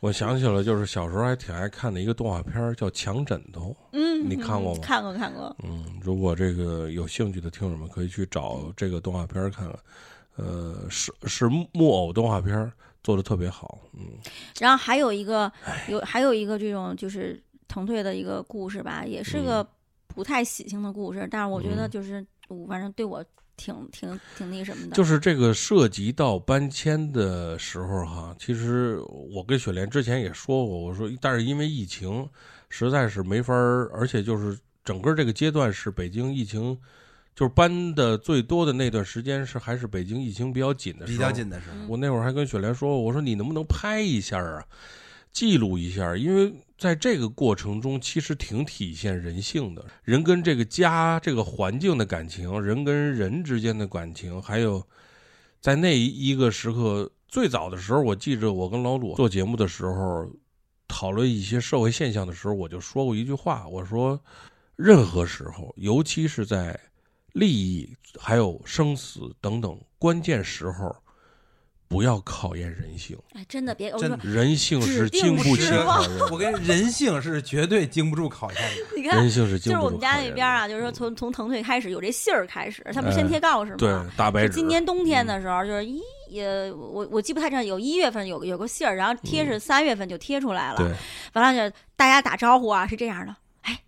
[SPEAKER 1] 我想起了，就是小时候还挺爱看的一个动画片儿，叫《抢枕头》。
[SPEAKER 2] 嗯，
[SPEAKER 1] 你看过
[SPEAKER 2] 嗯
[SPEAKER 1] 吗
[SPEAKER 2] 看过看过，
[SPEAKER 1] 嗯，如果这个有兴趣的听友们可以去找这个动画片儿看看。呃，是是木偶动画片儿做的特别好。嗯
[SPEAKER 2] 然后还有一个有还有一个这种就是腾退的一个故事吧，也是个不太喜庆的故事，但是我觉得
[SPEAKER 1] 嗯
[SPEAKER 2] 就是我反正对我挺挺挺那什么的，
[SPEAKER 1] 就是这个涉及到搬迁的时候哈，其实我跟雪莲之前也说过，我说但是因为疫情，实在是没法儿，而且就是整个这个阶段是北京疫情，就是搬的最多的那段时间是还是北京疫情比较紧的时候，
[SPEAKER 6] 比较紧的时候，
[SPEAKER 1] 我那会儿还跟雪莲说，我说你能不能拍一下啊，记录一下，因为在这个过程中其实挺体现人性的，人跟这个家、这个环境的感情，人跟人之间的感情，还有在那一个时刻，最早的时候，我记着我跟老鲁做节目的时候，讨论一些社会现象的时候，我就说过一句话，我说任何时候，尤其是在利益还有生死等等关键时候，不要考验人性，
[SPEAKER 2] 哎，真的别，我
[SPEAKER 6] 真
[SPEAKER 2] 说
[SPEAKER 6] 的
[SPEAKER 1] 人性是
[SPEAKER 2] 指
[SPEAKER 1] 经
[SPEAKER 2] 定
[SPEAKER 1] 不起
[SPEAKER 2] 失
[SPEAKER 1] 考
[SPEAKER 2] 望
[SPEAKER 1] 验
[SPEAKER 6] 我
[SPEAKER 1] 的，
[SPEAKER 6] 跟你人性是绝对经不住考验的。
[SPEAKER 2] 你看
[SPEAKER 1] 人，性是经
[SPEAKER 2] 就是
[SPEAKER 1] 不
[SPEAKER 2] 我
[SPEAKER 1] 住
[SPEAKER 2] 们
[SPEAKER 1] 考
[SPEAKER 2] 家
[SPEAKER 1] 验
[SPEAKER 2] 那边
[SPEAKER 1] 的。
[SPEAKER 2] 啊，就是说从从腾退开始有这信儿开始，他不是先贴告示吗？
[SPEAKER 1] 嗯对，大白
[SPEAKER 2] 就
[SPEAKER 1] 纸，
[SPEAKER 2] 啊
[SPEAKER 1] 嗯
[SPEAKER 2] 今年冬天的时候，就是一也我我记不太清，有一月份有有个信儿，然后贴是三月份就贴出来了。
[SPEAKER 1] 嗯对，
[SPEAKER 2] 完了就大家打招呼啊，是这样的，哎，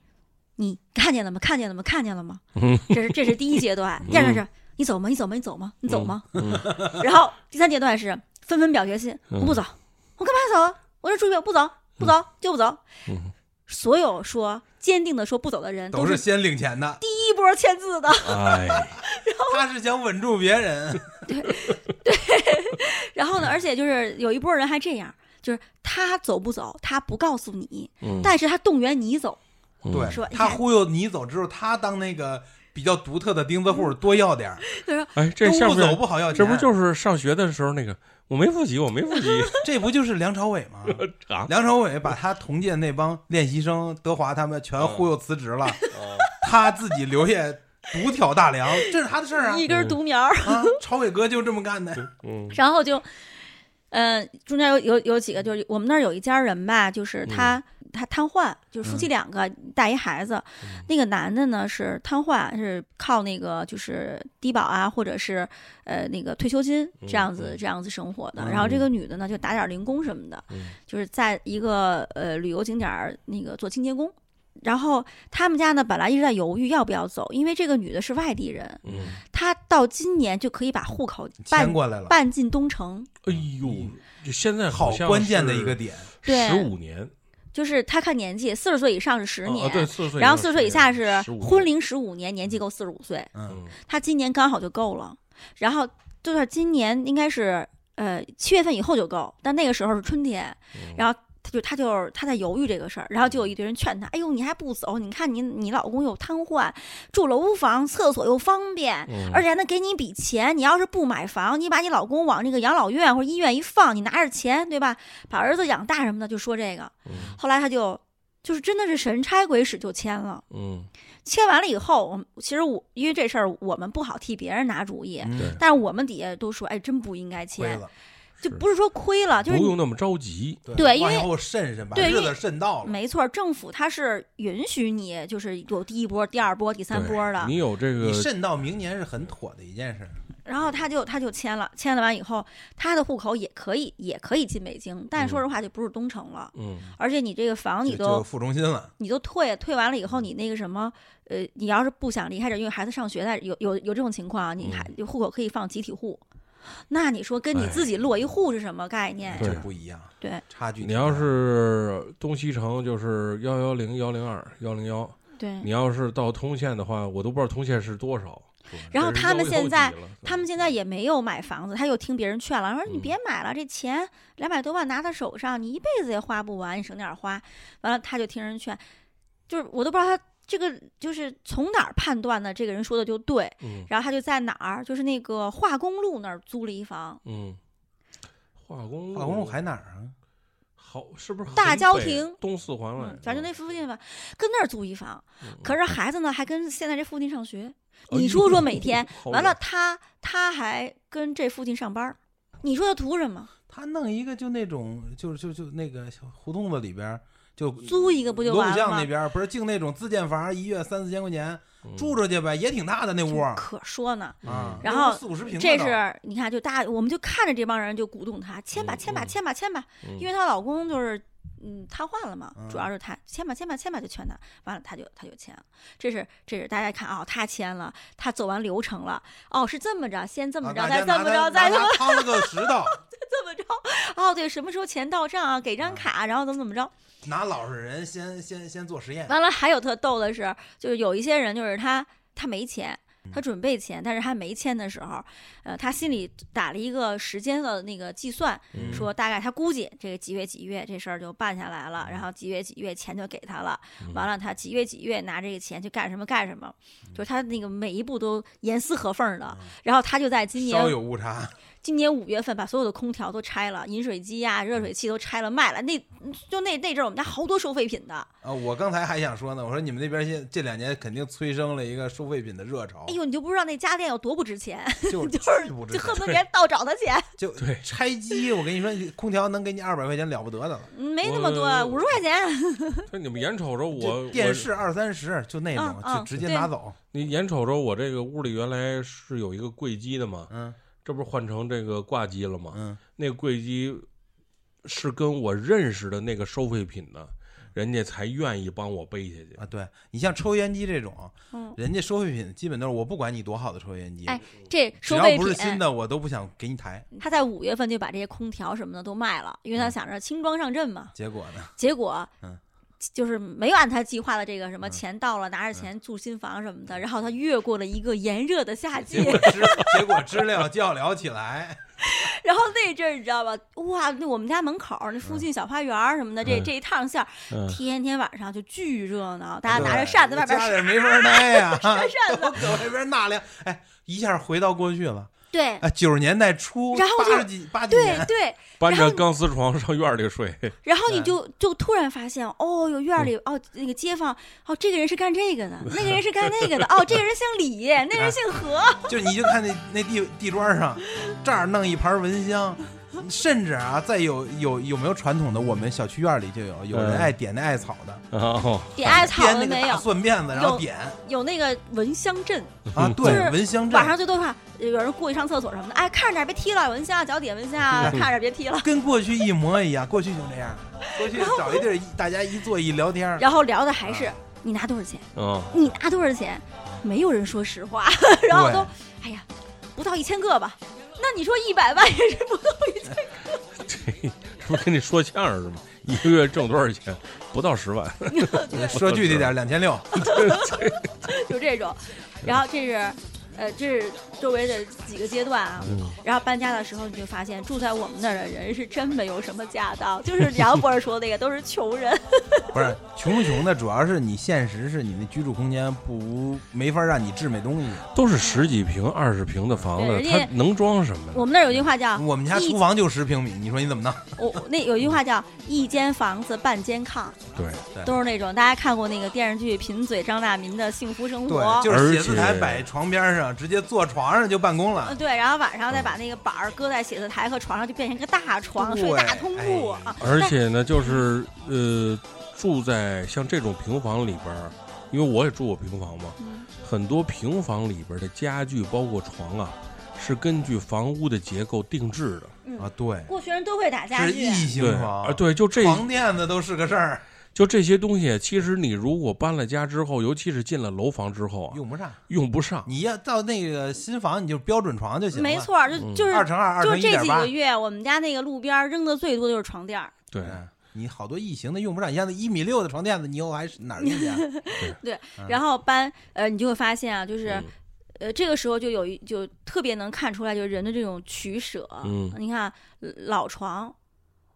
[SPEAKER 2] 你看见了吗？看见了吗？看见了吗？
[SPEAKER 1] 嗯
[SPEAKER 2] 这是这是第一阶段，第二个是你走吗？你走吗？你走吗？你走吗？
[SPEAKER 1] 嗯
[SPEAKER 2] 然后第三阶段是纷纷表决心，
[SPEAKER 1] 嗯
[SPEAKER 2] 我不走，我干嘛要走啊？我这出去我不走，不走就不走。
[SPEAKER 1] 嗯
[SPEAKER 2] 所有说坚定的说不走的人，
[SPEAKER 6] 都
[SPEAKER 2] 都
[SPEAKER 6] 是
[SPEAKER 2] 是第
[SPEAKER 6] 先领钱的，
[SPEAKER 2] 一波签字的。
[SPEAKER 1] 哎，
[SPEAKER 6] 他是想稳住别人，
[SPEAKER 2] 然后呢，而且就是有一波人还这样，就是他走不走，他不告诉你，
[SPEAKER 1] 嗯
[SPEAKER 2] 但是他动员你走。
[SPEAKER 1] 嗯
[SPEAKER 6] 对，
[SPEAKER 2] 说哎
[SPEAKER 6] 他忽悠你走之后，他当那个比较独特的钉子
[SPEAKER 2] 嗯
[SPEAKER 6] 户，多要点儿，
[SPEAKER 1] 哎，这
[SPEAKER 6] 都
[SPEAKER 1] 下
[SPEAKER 6] 不走
[SPEAKER 1] 面
[SPEAKER 6] 不好要钱，
[SPEAKER 1] 这不就是上学的时候那个我没复习，我没复 习
[SPEAKER 6] 这不就是梁朝伟吗？
[SPEAKER 1] 啊？
[SPEAKER 6] 梁朝伟把他同届那帮练习生德华他们全忽悠辞职了，
[SPEAKER 1] 嗯
[SPEAKER 6] 他自己留下独挑大梁，这是他的事儿啊
[SPEAKER 2] 一根独苗儿，
[SPEAKER 6] 啊！朝伟哥就这么干 的，
[SPEAKER 1] 嗯
[SPEAKER 2] 然后就，嗯，中间有有有几个，就是我们那儿有一家人吧，
[SPEAKER 1] 嗯
[SPEAKER 2] 就是他、他瘫痪，就是夫妻两个、带一孩子，
[SPEAKER 1] 嗯
[SPEAKER 2] 那个男的呢是瘫痪，是靠那个就是低保啊，或者是呃那个退休金这样子、
[SPEAKER 1] 嗯
[SPEAKER 2] 这样子生活的。
[SPEAKER 6] 嗯
[SPEAKER 2] 然后这个女的呢就打点零工什么的，
[SPEAKER 1] 嗯
[SPEAKER 2] 就是在一个呃旅游景点儿那个做清洁工。然后他们家呢，本来一直在犹豫要不要走，因为这个女的是外地人，
[SPEAKER 1] 嗯，
[SPEAKER 2] 她到今年就可以把户口办
[SPEAKER 6] 牵过来了，
[SPEAKER 2] 半进东城，
[SPEAKER 1] 哎呦，就现在
[SPEAKER 6] 嗯好
[SPEAKER 1] 像
[SPEAKER 6] 关键的一个点，
[SPEAKER 2] 对
[SPEAKER 1] 十五年，
[SPEAKER 2] 就是他看年纪，四十岁以上是十年，
[SPEAKER 1] 啊，对，四十岁以上，
[SPEAKER 2] 然后四十岁以下是
[SPEAKER 1] 15年
[SPEAKER 2] 婚，龄十五年，年纪够四十五岁，
[SPEAKER 6] 嗯，
[SPEAKER 1] 嗯
[SPEAKER 2] 他今年刚好就够了。然后就是今年应该是呃七月份以后就够，但那个时候是春天，
[SPEAKER 1] 嗯
[SPEAKER 2] 然后。他就他就是他在犹豫这个事儿，然后就有一堆人劝他：“哎呦，你还不走？你看你你老公又瘫痪，住楼房，厕所又方便，
[SPEAKER 1] 嗯
[SPEAKER 2] 而且还能给你一笔钱。你要是不买房，你把你老公往那个养老院或者医院一放，你拿着钱，对吧？把儿子养大什么的，就说这个。
[SPEAKER 1] 嗯
[SPEAKER 2] 后来他就就是真的是神差鬼使就签了，
[SPEAKER 1] 嗯，
[SPEAKER 2] 签完了以后，我们其实我因为这事儿我们不好替别人拿主意，
[SPEAKER 6] 嗯
[SPEAKER 1] 对
[SPEAKER 2] 但是我们底下都说，哎，真不应该
[SPEAKER 6] 亏
[SPEAKER 2] 签，
[SPEAKER 6] 了，
[SPEAKER 2] 就不是说亏了，就是
[SPEAKER 1] 不
[SPEAKER 2] 你
[SPEAKER 1] 用那么着急，
[SPEAKER 2] 对因为
[SPEAKER 6] 往后慎慎，把
[SPEAKER 2] 对因
[SPEAKER 6] 日
[SPEAKER 2] 为
[SPEAKER 6] 子慎到了，
[SPEAKER 2] 没错，政府它是允许你就是有第一波、第二波、第三波的
[SPEAKER 1] 对，你有这个
[SPEAKER 6] 你慎到明年是很妥的一件事，
[SPEAKER 2] 然后他就他就签了，签了完以后，他的户口也可以也可以进北京，但是说实话就不是东城了，
[SPEAKER 1] 嗯
[SPEAKER 2] 而且你这个房
[SPEAKER 6] 就
[SPEAKER 2] 你
[SPEAKER 6] 就
[SPEAKER 2] 都。
[SPEAKER 6] 负中心了。
[SPEAKER 2] 你都退退完了以后，你那个什么，呃，你要是不想离开这儿，因为孩子上学，但有有有这种情况啊，你还就户口可以放集体户，那你说跟你
[SPEAKER 1] 哎
[SPEAKER 2] 自己落一户是什么概念？
[SPEAKER 1] 对
[SPEAKER 6] 这不一样，
[SPEAKER 2] 对，
[SPEAKER 6] 差距挺
[SPEAKER 1] 你
[SPEAKER 6] 大。
[SPEAKER 1] 要是东西城就是幺幺零幺零二幺零幺，
[SPEAKER 2] 对
[SPEAKER 1] 你要是到通县的话，我都不知道通县是多少。
[SPEAKER 2] 然后
[SPEAKER 1] 这是
[SPEAKER 2] 他们
[SPEAKER 1] 腰以后
[SPEAKER 2] 现在
[SPEAKER 1] 挤了
[SPEAKER 2] 他们现在也没有买房子，他又听别人劝了，说你
[SPEAKER 1] 嗯
[SPEAKER 2] 别买了，这钱两百多万拿在手上，你一辈子也花不完，你省点儿花。完了，他就听人劝，就是我都不知道他这个就是从哪儿判断的，这个人说的就对。
[SPEAKER 1] 嗯
[SPEAKER 2] 然后他就在哪儿，就是那个化工路那儿租了一房，
[SPEAKER 1] 嗯，化工
[SPEAKER 6] 化工路还哪儿啊？
[SPEAKER 1] 好，是不是很
[SPEAKER 2] 大郊
[SPEAKER 1] 北
[SPEAKER 2] 亭
[SPEAKER 1] 东四环外
[SPEAKER 2] 嗯，反正就那附近吧，跟那儿租一房。
[SPEAKER 1] 嗯
[SPEAKER 2] 可是孩子呢，还跟现在这附近上学。
[SPEAKER 1] 哎
[SPEAKER 2] 你
[SPEAKER 1] 呦
[SPEAKER 2] 说说每天
[SPEAKER 1] 好
[SPEAKER 2] 完了
[SPEAKER 1] 远，
[SPEAKER 2] 他他还跟这附近上班儿，你说他图什么？
[SPEAKER 6] 他弄一个就那种，就就就那个小胡同子里边儿，就
[SPEAKER 2] 租一个不就
[SPEAKER 6] 锣鼓
[SPEAKER 2] 完了
[SPEAKER 6] 巷
[SPEAKER 2] 吗
[SPEAKER 6] 那？边儿不是净那种自建房，一月三四千块钱
[SPEAKER 1] 嗯
[SPEAKER 6] 住出去呗，也挺大的那屋儿
[SPEAKER 2] 可说呢。
[SPEAKER 6] 啊
[SPEAKER 1] 嗯，
[SPEAKER 2] 然后
[SPEAKER 6] 四五十平的
[SPEAKER 2] 这
[SPEAKER 6] 都啊
[SPEAKER 2] 是你看，就大我们就看着这帮人就鼓动她签吧，
[SPEAKER 1] 嗯
[SPEAKER 2] 签吧，
[SPEAKER 1] 嗯
[SPEAKER 2] 签吧，签吧，
[SPEAKER 1] 嗯
[SPEAKER 2] 因为她老公就是嗯瘫痪了嘛，
[SPEAKER 6] 嗯
[SPEAKER 2] 主要是她签吧，签吧，签吧，就劝她，完了她就她就签了。这是这是大家看啊、哦，她签了，她走完流程了，哦，是这么着，先这么
[SPEAKER 6] 啊
[SPEAKER 2] 着，
[SPEAKER 6] 大
[SPEAKER 2] 再
[SPEAKER 6] 家
[SPEAKER 2] 这
[SPEAKER 6] 拿
[SPEAKER 2] 么
[SPEAKER 6] 他
[SPEAKER 2] 着，再这
[SPEAKER 6] 拿
[SPEAKER 2] 么
[SPEAKER 6] 他掏了个石头，
[SPEAKER 2] 这么着，哦，对，什么时候钱到账啊？给
[SPEAKER 6] 嗯
[SPEAKER 2] 张卡，然后怎么怎么着。
[SPEAKER 6] 拿老实人先先先做实验，
[SPEAKER 2] 完了，还有特逗的是，就是有一些人，就是他他没钱，
[SPEAKER 6] 嗯
[SPEAKER 2] 他准备钱，但是他没签的时候，呃，他心里打了一个时间的那个计算，
[SPEAKER 1] 嗯
[SPEAKER 2] 说大概他估计这个几月几月这事儿就办下来了，然后几月几月钱就给他了，
[SPEAKER 6] 嗯
[SPEAKER 2] 完了他几月几月拿这个钱去干什么干什么，
[SPEAKER 6] 嗯
[SPEAKER 2] 就是他那个每一步都严丝合缝的，然后他就在今年
[SPEAKER 6] 稍有误差，
[SPEAKER 2] 今年五月份把所有的空调都拆了，饮水机呀、热水器都拆了卖了，那就那那阵儿我们家好多收废品的。
[SPEAKER 6] 啊，我刚才还想说呢，我说你们那边现这两年肯定催生了一个收废品的热潮
[SPEAKER 2] 哎，呦，你 就不知道那家电有多不值钱，
[SPEAKER 6] 就
[SPEAKER 2] 就是
[SPEAKER 6] 不值
[SPEAKER 2] 就
[SPEAKER 6] 钱
[SPEAKER 2] 恨不得人倒找他钱，
[SPEAKER 6] 就
[SPEAKER 1] 对
[SPEAKER 6] 拆机，我跟你说，空调能给你二百块钱了不得的了，
[SPEAKER 2] 嗯没那么多，
[SPEAKER 6] 嗯
[SPEAKER 1] 我
[SPEAKER 2] 五十块钱。
[SPEAKER 1] 那你们眼瞅着我
[SPEAKER 6] 就电视二三十就那种
[SPEAKER 2] 嗯，嗯
[SPEAKER 6] 就直接拿走，
[SPEAKER 1] 你眼瞅着我这个屋里原来是有一个柜机的嘛，
[SPEAKER 6] 嗯
[SPEAKER 1] 这不是换成这个挂机了吗？
[SPEAKER 6] 嗯，
[SPEAKER 1] 那个柜机是跟我认识的那个收废品的，人家才愿意帮我背下去。
[SPEAKER 6] 啊，对你像抽油烟机这种，
[SPEAKER 2] 嗯，
[SPEAKER 6] 人家收废品基本都是我不管你多好的抽油烟机，
[SPEAKER 2] 哎， 这
[SPEAKER 6] 只
[SPEAKER 2] 收
[SPEAKER 6] 要
[SPEAKER 2] 废
[SPEAKER 6] 不
[SPEAKER 2] 品
[SPEAKER 6] 是新的，我都不想给你抬。
[SPEAKER 2] 他在五月份就把这些空调什么的都卖了，因为他想着轻装上阵嘛。
[SPEAKER 6] 结果呢，
[SPEAKER 2] 结果，
[SPEAKER 6] 嗯
[SPEAKER 2] 就是没有按他计划的这个什么
[SPEAKER 6] 嗯
[SPEAKER 2] 钱到了，拿着钱住新房什么的，然后他越过了一个炎热的夏季
[SPEAKER 6] 结，果知结果知了叫了起来，
[SPEAKER 2] 然后那阵儿你知道吧？哇，那我们家门口儿那
[SPEAKER 6] 嗯
[SPEAKER 2] 附近小花园儿什么的，这
[SPEAKER 1] 嗯
[SPEAKER 2] 这一趟线儿，
[SPEAKER 1] 嗯，
[SPEAKER 2] 天天晚上就巨热闹，大家
[SPEAKER 6] 对
[SPEAKER 2] 啊拿着扇子外边
[SPEAKER 6] 家啊
[SPEAKER 2] 儿
[SPEAKER 6] 里没法待 呀，
[SPEAKER 2] 扇
[SPEAKER 6] 都
[SPEAKER 2] 子，
[SPEAKER 6] 搁外边纳凉，哎，一下回到过去了，
[SPEAKER 2] 对
[SPEAKER 6] 哎，九十年代初，
[SPEAKER 2] 然后就
[SPEAKER 6] 八十几八几
[SPEAKER 2] 对
[SPEAKER 6] 年，
[SPEAKER 2] 对，
[SPEAKER 1] 搬
[SPEAKER 2] 然
[SPEAKER 1] 着
[SPEAKER 2] 后
[SPEAKER 1] 钢丝床上院里睡，
[SPEAKER 2] 然后你
[SPEAKER 6] 对嗯
[SPEAKER 2] 就就突然发现，哦哟，院儿里哦那个街坊，哦这个人是干这个的，那 个人是干那个的，哦这个人姓李，那个人姓何，
[SPEAKER 6] 就你就看那那地地砖上，这儿弄一盘蚊香，甚至啊，在有有有没有传统的，我们小区院里就有有人
[SPEAKER 1] 嗯
[SPEAKER 6] 爱点那艾草的，
[SPEAKER 1] 哦，
[SPEAKER 2] 点艾草
[SPEAKER 6] 编
[SPEAKER 2] 的
[SPEAKER 6] 那
[SPEAKER 2] 没
[SPEAKER 6] 个大
[SPEAKER 2] 有，
[SPEAKER 6] 蒜辫子，然后
[SPEAKER 2] 有
[SPEAKER 6] 点
[SPEAKER 2] 有那个蚊香阵，
[SPEAKER 6] 啊，
[SPEAKER 2] 就是
[SPEAKER 6] 对，蚊香阵
[SPEAKER 2] 晚，上最多怕有人过去上厕所什么的，哎看着点儿别踢了，蚊香啊脚底下蚊香啊，
[SPEAKER 6] 对
[SPEAKER 2] 看着别踢了。
[SPEAKER 6] 跟过去一模一样，过去就这样，过去找一地儿，一大家一坐一聊天儿，
[SPEAKER 2] 然后聊的还是你拿多少钱，
[SPEAKER 1] 嗯，
[SPEAKER 2] 你拿多少钱，没有人说实话， 然后都，哎呀，不到一千个吧，那你说一百万也是不到一千，
[SPEAKER 1] 这这不是跟你说相声是吗？一个月挣多少钱？不到十万，
[SPEAKER 6] 说具体点儿，两千六，
[SPEAKER 2] 就这种，然后这是。呃，这是周围的几个阶段啊，
[SPEAKER 6] 嗯
[SPEAKER 2] 然后搬家的时候你就发现住在我们那儿的人是真没有什么家当，就是杨博士说的那个都是穷人，
[SPEAKER 6] 不是穷不穷的，主要是你现实是你那居住空间不没法让你置美东西。
[SPEAKER 1] 都是十几平、二十平的房
[SPEAKER 2] 对
[SPEAKER 1] 子，
[SPEAKER 2] 人
[SPEAKER 1] 它
[SPEAKER 2] 家
[SPEAKER 1] 能装什么
[SPEAKER 2] 我
[SPEAKER 1] 呀？
[SPEAKER 2] 们那儿有句话叫
[SPEAKER 6] 我们家
[SPEAKER 2] 啊一
[SPEAKER 6] 厨房就十平米，你说你怎么弄？
[SPEAKER 2] 我我那有一句话叫“一间房子半间炕
[SPEAKER 1] 对，”，
[SPEAKER 2] 都是那种大家看过那个电视剧《贫嘴张大民的幸福生活》
[SPEAKER 6] 对，就是写字
[SPEAKER 1] 而
[SPEAKER 6] 台
[SPEAKER 1] 且
[SPEAKER 6] 摆床边上，直接坐床上就办公
[SPEAKER 2] 嗯
[SPEAKER 6] 了。
[SPEAKER 2] 对，然后晚上再把那个板儿搁在写字台和床上，就变成个大床，睡大通铺
[SPEAKER 6] 对哎
[SPEAKER 2] 啊。
[SPEAKER 1] 而且呢，就是呃，住在像这种平房里边儿，因为我也住过平房嘛，
[SPEAKER 2] 嗯
[SPEAKER 1] 很多平房里边的家具包括床啊，是根据房屋的结构定制的。
[SPEAKER 6] 啊，对，
[SPEAKER 2] 呃过学人都会打家
[SPEAKER 6] 是
[SPEAKER 2] 具
[SPEAKER 6] 异，
[SPEAKER 1] 对
[SPEAKER 6] 形
[SPEAKER 1] 啊，
[SPEAKER 6] 房，
[SPEAKER 1] 对，就这
[SPEAKER 6] 床垫子都是个事儿，
[SPEAKER 1] 就这些东西，啊其实你如果搬了家之后，尤其是进了楼房之后啊，
[SPEAKER 6] 用不上。
[SPEAKER 1] 用不上。
[SPEAKER 6] 你要到那个新房，你就标准床就行了。
[SPEAKER 2] 没，错儿，
[SPEAKER 1] 嗯
[SPEAKER 2] 就就是
[SPEAKER 6] 二乘二，二
[SPEAKER 2] 就是
[SPEAKER 6] 乘一
[SPEAKER 2] 这
[SPEAKER 6] 点
[SPEAKER 2] 几
[SPEAKER 6] 八
[SPEAKER 2] 个。月，我们家那个路边儿扔的最多就是床垫儿。
[SPEAKER 1] 对，
[SPEAKER 6] 嗯你好多异形的用不上，你像那一米六的床垫子，你以后还是哪儿去 啊？嗯
[SPEAKER 2] 然后搬，呃，你就会发现啊，就是
[SPEAKER 1] 嗯
[SPEAKER 2] 呃，这个时候就有一就特别能看出来，就是人的这种取舍。
[SPEAKER 1] 嗯
[SPEAKER 2] 你看呃老床、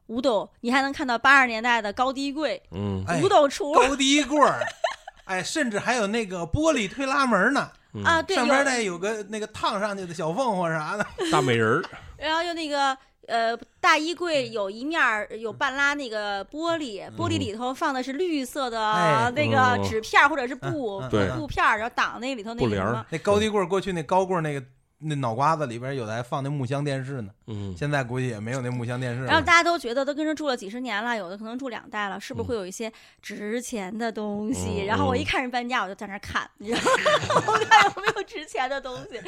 [SPEAKER 2] 五斗，你还能看到八十年代的高低柜、
[SPEAKER 1] 嗯，
[SPEAKER 6] 哎
[SPEAKER 2] 五，斗橱
[SPEAKER 6] 高低柜儿，哎，甚至还有那个玻璃推拉门呢，
[SPEAKER 1] 嗯
[SPEAKER 2] 啊，对，
[SPEAKER 6] 上
[SPEAKER 2] 有
[SPEAKER 6] 边带有个那个烫上去的小凤凰啥的。
[SPEAKER 1] 大美人儿，
[SPEAKER 2] 然后就那个呃大衣柜有一面儿有半拉那个玻璃，玻璃里头放的是绿色的
[SPEAKER 6] 嗯哎
[SPEAKER 2] 那
[SPEAKER 1] 嗯哦
[SPEAKER 2] 个纸片儿或者是布
[SPEAKER 6] 嗯嗯
[SPEAKER 1] 对
[SPEAKER 2] 布片儿，然后挡那里头那
[SPEAKER 1] 布
[SPEAKER 2] 个
[SPEAKER 1] 帘
[SPEAKER 2] 什
[SPEAKER 1] 儿
[SPEAKER 2] 么。
[SPEAKER 6] 那高低柜儿过去那高柜儿那个那脑瓜子里边有的还放那木箱电视呢，
[SPEAKER 1] 嗯，
[SPEAKER 6] 现在估计也没有那木箱电视
[SPEAKER 2] 然后
[SPEAKER 6] 了。
[SPEAKER 2] 大家都觉得都跟着住了几十年了，有的可能住两代了，是
[SPEAKER 6] 嗯
[SPEAKER 2] 不是会有一些值钱的东西？
[SPEAKER 6] 哦
[SPEAKER 1] 嗯
[SPEAKER 2] 然后我
[SPEAKER 1] 嗯
[SPEAKER 2] 一看人搬家，我就在那儿看，你知道吗？ 我看有没有值钱的东西。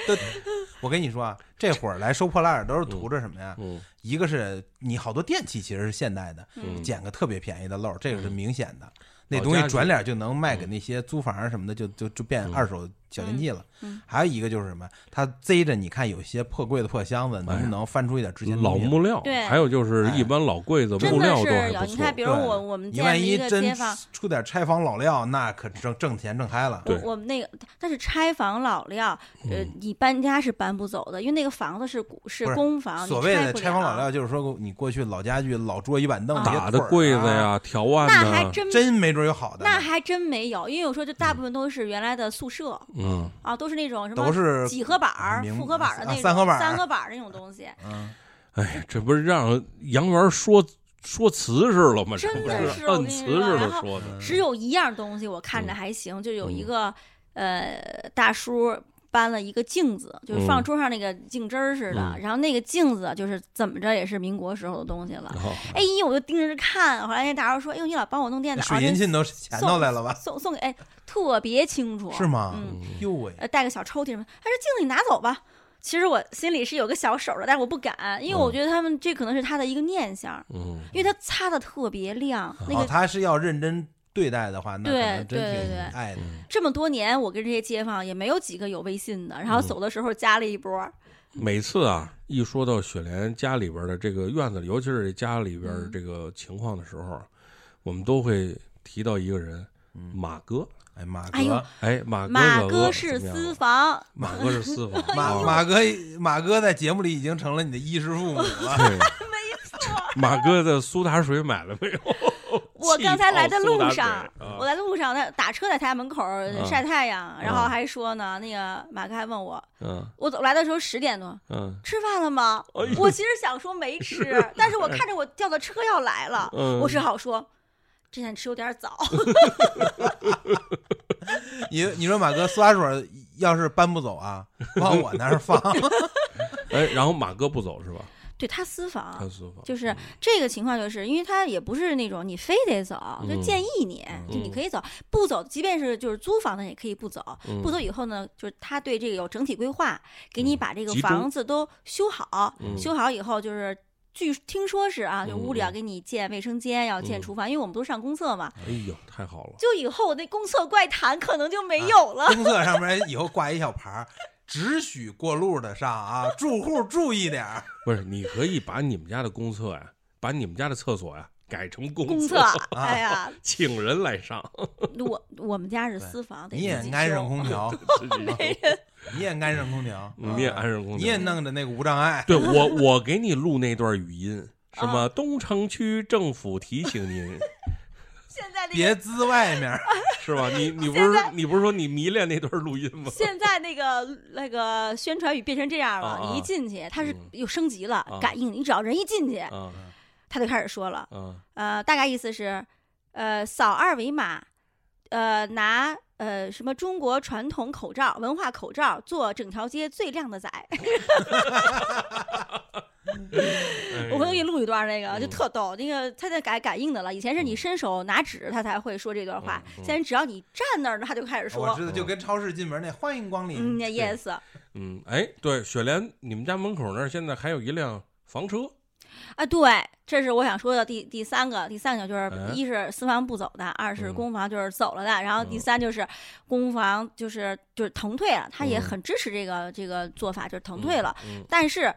[SPEAKER 6] 我跟你说啊，这会儿来收破烂儿都是图着什么呀？
[SPEAKER 1] 嗯
[SPEAKER 6] 一个是你好多电器其实是现代的，
[SPEAKER 1] 嗯，
[SPEAKER 6] 捡个特别便宜的漏儿，这个是明显的。
[SPEAKER 1] 嗯
[SPEAKER 6] 那东
[SPEAKER 1] 老
[SPEAKER 6] 西
[SPEAKER 1] 家具
[SPEAKER 6] 转脸就能卖给那些租房什么的，就就就变
[SPEAKER 1] 嗯
[SPEAKER 6] 二手小电器了
[SPEAKER 2] 嗯嗯。
[SPEAKER 6] 还有一个就是什么，他贼着你看有些破柜子、破箱子，能不能翻出一点值钱的
[SPEAKER 1] 哎嗯老
[SPEAKER 6] 东西来
[SPEAKER 1] 木料，
[SPEAKER 2] 对
[SPEAKER 1] 还有就是
[SPEAKER 6] 哎
[SPEAKER 1] 一般老柜子
[SPEAKER 2] 真
[SPEAKER 1] 木
[SPEAKER 2] 的
[SPEAKER 1] 料都还
[SPEAKER 2] 是有，
[SPEAKER 1] 不
[SPEAKER 2] 你
[SPEAKER 1] 错
[SPEAKER 2] 看，。比如我
[SPEAKER 6] 对
[SPEAKER 2] 我们
[SPEAKER 6] 你
[SPEAKER 2] 见了
[SPEAKER 6] 万
[SPEAKER 2] 一
[SPEAKER 6] 一
[SPEAKER 2] 个街
[SPEAKER 6] 真
[SPEAKER 2] 坊，
[SPEAKER 6] 出点拆房老料，那可挣挣钱挣嗨了。
[SPEAKER 2] 我
[SPEAKER 1] 对
[SPEAKER 2] 我们那个，但是拆房老料，呃
[SPEAKER 1] 嗯，
[SPEAKER 2] 你搬家是搬不走的，因为那个房子是古是
[SPEAKER 6] 不是
[SPEAKER 2] 公房，
[SPEAKER 6] 所
[SPEAKER 2] 啊你
[SPEAKER 6] 谓
[SPEAKER 2] 拆
[SPEAKER 6] 的
[SPEAKER 2] 不
[SPEAKER 6] 拆房老
[SPEAKER 2] 了，
[SPEAKER 6] 料，就是说你过去老家具、老桌椅板凳、
[SPEAKER 2] 啊
[SPEAKER 6] 那些
[SPEAKER 1] 打的
[SPEAKER 6] 腿儿啊
[SPEAKER 1] 柜子，呀、条案
[SPEAKER 2] 那还
[SPEAKER 1] 呐，
[SPEAKER 2] 真
[SPEAKER 6] 真没准有好的呢。嗯
[SPEAKER 2] 那还真没有，因为我说这大部分都是原来的宿舍
[SPEAKER 1] 嗯，
[SPEAKER 2] 啊，都是那种什
[SPEAKER 6] 都
[SPEAKER 2] 么
[SPEAKER 6] 是
[SPEAKER 2] 几合板儿、
[SPEAKER 6] 明
[SPEAKER 2] 复合板儿的那
[SPEAKER 6] 啊
[SPEAKER 2] 种，
[SPEAKER 6] 三合板儿
[SPEAKER 2] 三合板儿那种东西，
[SPEAKER 6] 嗯，
[SPEAKER 1] 哎，这不是让杨元说说辞是了吗？这
[SPEAKER 2] 真
[SPEAKER 1] 不
[SPEAKER 2] 的是
[SPEAKER 1] 是
[SPEAKER 2] 我跟
[SPEAKER 1] 按
[SPEAKER 2] 你
[SPEAKER 1] 辞
[SPEAKER 2] 说
[SPEAKER 1] 似
[SPEAKER 2] 然
[SPEAKER 1] 的
[SPEAKER 2] 后
[SPEAKER 1] 说
[SPEAKER 6] 嗯
[SPEAKER 1] 的，
[SPEAKER 2] 只有一样东西我看着还行，就有一个呃大叔搬了一个镜子，就是
[SPEAKER 6] 嗯
[SPEAKER 2] 放桌上那个镜汁儿似的，
[SPEAKER 1] 嗯
[SPEAKER 2] 然后那个镜子就是怎么着也是民国时候的东西
[SPEAKER 6] 嗯
[SPEAKER 2] 了。
[SPEAKER 1] 哦
[SPEAKER 2] 哎呦，我就盯着看，后来那大叔说：“哎呦，你老帮我弄电脑，
[SPEAKER 6] 水银沁都前头来了
[SPEAKER 2] 那
[SPEAKER 6] 吧？
[SPEAKER 2] 送送给哎，特别清楚，
[SPEAKER 6] 是吗？
[SPEAKER 2] 嗯，
[SPEAKER 6] 哟喂，
[SPEAKER 2] 呃，带个小抽屉什么，还是镜子你拿走吧。”其实我心里是有个小手的，但是我不敢，因为
[SPEAKER 6] 嗯
[SPEAKER 2] 我觉得他们这可能是他的一个念想，
[SPEAKER 1] 嗯，
[SPEAKER 2] 因为他擦的特别亮，那
[SPEAKER 6] 哦，
[SPEAKER 2] 个
[SPEAKER 6] 他是要认真对待的话，那可
[SPEAKER 2] 对
[SPEAKER 6] 能真
[SPEAKER 2] 对对
[SPEAKER 6] 挺
[SPEAKER 2] 对
[SPEAKER 6] 爱的。
[SPEAKER 1] 嗯
[SPEAKER 2] 这么多年，我跟这些街坊也没有几个有微信的，然
[SPEAKER 1] 嗯
[SPEAKER 2] 后走的时候加了一波儿，
[SPEAKER 1] 每次啊，一说到雪莲家里边的这个院子里，尤其是这家里边
[SPEAKER 2] 嗯
[SPEAKER 1] 这个情况的时候，啊我们都会提到一个人，马哥。
[SPEAKER 6] 哎，马
[SPEAKER 2] 哎呦
[SPEAKER 6] 哥，
[SPEAKER 1] 哎，马哥
[SPEAKER 2] 马
[SPEAKER 1] 马
[SPEAKER 2] 哥是 私，房，
[SPEAKER 1] 啊马哥是私房，
[SPEAKER 6] 马
[SPEAKER 1] 啊
[SPEAKER 6] 马哥，马哥在节目里已经成了你的衣食父 母了。
[SPEAKER 1] 对，没错。马哥的苏打水买了没有？
[SPEAKER 2] 我刚才来的路上
[SPEAKER 1] 气泡苏打水啊，
[SPEAKER 2] 我来的路上，他打车在他家门口儿
[SPEAKER 1] 嗯
[SPEAKER 2] 晒太阳，然后还说呢，那个马哥还问我，
[SPEAKER 1] 嗯
[SPEAKER 2] 我走来的时候十点多，
[SPEAKER 1] 嗯
[SPEAKER 2] 吃饭了吗？我其实想 说没吃，但是我看着我叫的车要来了，
[SPEAKER 1] 嗯
[SPEAKER 2] 我只好说。这点吃有点早，
[SPEAKER 6] 你你说马哥苏打水要是搬不走啊，往我那 儿放，
[SPEAKER 1] 哎，然后马哥不走是吧？
[SPEAKER 2] 对他私房，
[SPEAKER 1] 他私房，
[SPEAKER 2] 啊就是这个情况，就是因为他也不是那种你非得走，就
[SPEAKER 1] 嗯
[SPEAKER 2] 建议你，就你可以走，不走，即便是就是租房的也可以不走，
[SPEAKER 1] 嗯
[SPEAKER 2] 不走以后呢，就是他对这个有整体规划，给你把这个
[SPEAKER 1] 集中
[SPEAKER 2] 房子都修好，
[SPEAKER 1] 嗯
[SPEAKER 2] 修好以后就是。据听说是啊，就屋里
[SPEAKER 1] 嗯
[SPEAKER 2] 要
[SPEAKER 1] 嗯
[SPEAKER 2] 给你建卫生间，要建
[SPEAKER 1] 嗯
[SPEAKER 2] 厨房，因为我们都上公厕嘛。
[SPEAKER 1] 哎呦，太好了。
[SPEAKER 2] 就以后我那公厕怪谈可能就没
[SPEAKER 1] 啊
[SPEAKER 2] 有了。
[SPEAKER 6] 公厕上面以后挂一小牌儿，只许过路的上啊，住户注意点儿
[SPEAKER 1] 不是，你可以把你们家的公厕呀，把你们家的厕所呀改成公
[SPEAKER 2] 公厕，哎呀，
[SPEAKER 1] 请人来上。
[SPEAKER 2] 我我们家是私房，得
[SPEAKER 6] 你也
[SPEAKER 2] 自己
[SPEAKER 6] 安
[SPEAKER 2] 修
[SPEAKER 6] 上空 调，
[SPEAKER 2] 没人
[SPEAKER 6] 你也安上空调，
[SPEAKER 1] 嗯你也安上空调
[SPEAKER 6] 你也弄着那个无障碍。
[SPEAKER 1] 对我，我给你录那段语音，什
[SPEAKER 2] 啊
[SPEAKER 1] 么东城区政府提醒您，
[SPEAKER 2] 现在那个
[SPEAKER 6] 别滋外面儿，
[SPEAKER 1] 是吧？ 你你不是你不是说你迷恋那段录音吗？
[SPEAKER 2] 现在那个那个宣传语变成这样了，
[SPEAKER 1] 啊啊
[SPEAKER 2] 你一进去，它是
[SPEAKER 1] 嗯
[SPEAKER 2] 又升级了，感应你只要人一进去，
[SPEAKER 1] 啊
[SPEAKER 2] 他就开始说了，
[SPEAKER 1] 啊
[SPEAKER 2] 呃，大概意思是，呃，扫二维码，呃，拿呃什么中国传统口罩、文化口罩做整条街最靓的仔，
[SPEAKER 1] 哎 哎
[SPEAKER 2] 我回头给你录一段那个，
[SPEAKER 1] 嗯
[SPEAKER 2] 就特逗。那个他在改感应的了，以前是你伸手拿纸，他才会说这段话
[SPEAKER 1] 嗯，嗯哦
[SPEAKER 2] 现在只要你站那儿，他就开始
[SPEAKER 6] 我
[SPEAKER 2] 说
[SPEAKER 6] 知，道，就跟超市进门那欢迎光
[SPEAKER 2] 嗯
[SPEAKER 6] 临，
[SPEAKER 2] ，yes。
[SPEAKER 1] 嗯，哎，对，雪莲，你们家门口那儿现在还有一辆房车，
[SPEAKER 2] 啊，对，这是我想说的第第三个，第三个就是
[SPEAKER 1] 哎
[SPEAKER 2] 一是私房不走的，二是
[SPEAKER 1] 嗯
[SPEAKER 2] 公房就是走了的，然后第
[SPEAKER 1] 嗯
[SPEAKER 2] 三就是公房就是就是腾退了，他也
[SPEAKER 1] 嗯
[SPEAKER 2] 很支持这个这个做法，就是腾退了，
[SPEAKER 1] 嗯，
[SPEAKER 2] 但是。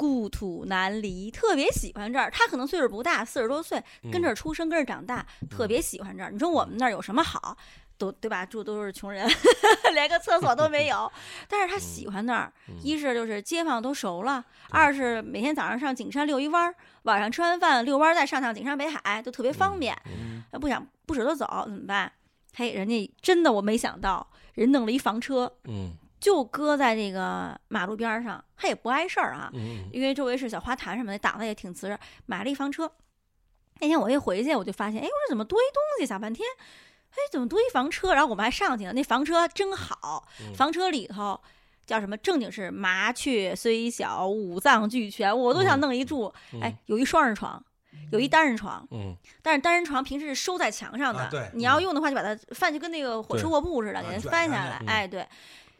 [SPEAKER 2] 故土难离，特别喜欢这儿。他可能岁数不大，四十多岁，
[SPEAKER 1] 嗯
[SPEAKER 2] 跟这儿出生，跟这儿长大，特别喜欢这儿。你说我们那儿有什么好？都对吧？住都是穷人， 连个厕所都没有。但是他喜欢那儿，
[SPEAKER 1] 嗯
[SPEAKER 2] 一是就是街坊都熟了，二是每天早上上景山遛一弯儿，晚上吃完饭遛弯儿再上趟景山北海，就特别方便。
[SPEAKER 6] 嗯
[SPEAKER 2] 呃不想不舍得走怎么办？嘿，人家真的我没想到，人弄了一房车，
[SPEAKER 1] 嗯
[SPEAKER 2] 就搁在那个马路边儿上，他也不碍事儿啊，
[SPEAKER 1] 嗯
[SPEAKER 2] 因为周围是小花坛什么的，挡的也挺瓷实，买了一房车。那天我一回去，我就发现，哎，我说怎么多一东西？想半天，哎，怎么多一房车？然后我们还上去了，那房车真好，
[SPEAKER 1] 嗯
[SPEAKER 2] 房车里头叫什么？正经是麻雀虽小，五脏俱全，我都想弄一住。
[SPEAKER 1] 嗯
[SPEAKER 2] 哎，有一双人床。有一单人床，
[SPEAKER 1] 嗯
[SPEAKER 2] 但是单人床平时是收在墙上的，
[SPEAKER 6] 啊对
[SPEAKER 2] 你要用的话就把它翻，就跟那个火车
[SPEAKER 1] 对
[SPEAKER 2] 卧铺似的，
[SPEAKER 6] 啊
[SPEAKER 2] 给它
[SPEAKER 6] 卷
[SPEAKER 2] 翻
[SPEAKER 6] 上
[SPEAKER 2] 下
[SPEAKER 6] 去
[SPEAKER 2] 来。
[SPEAKER 1] 嗯
[SPEAKER 2] 哎，对，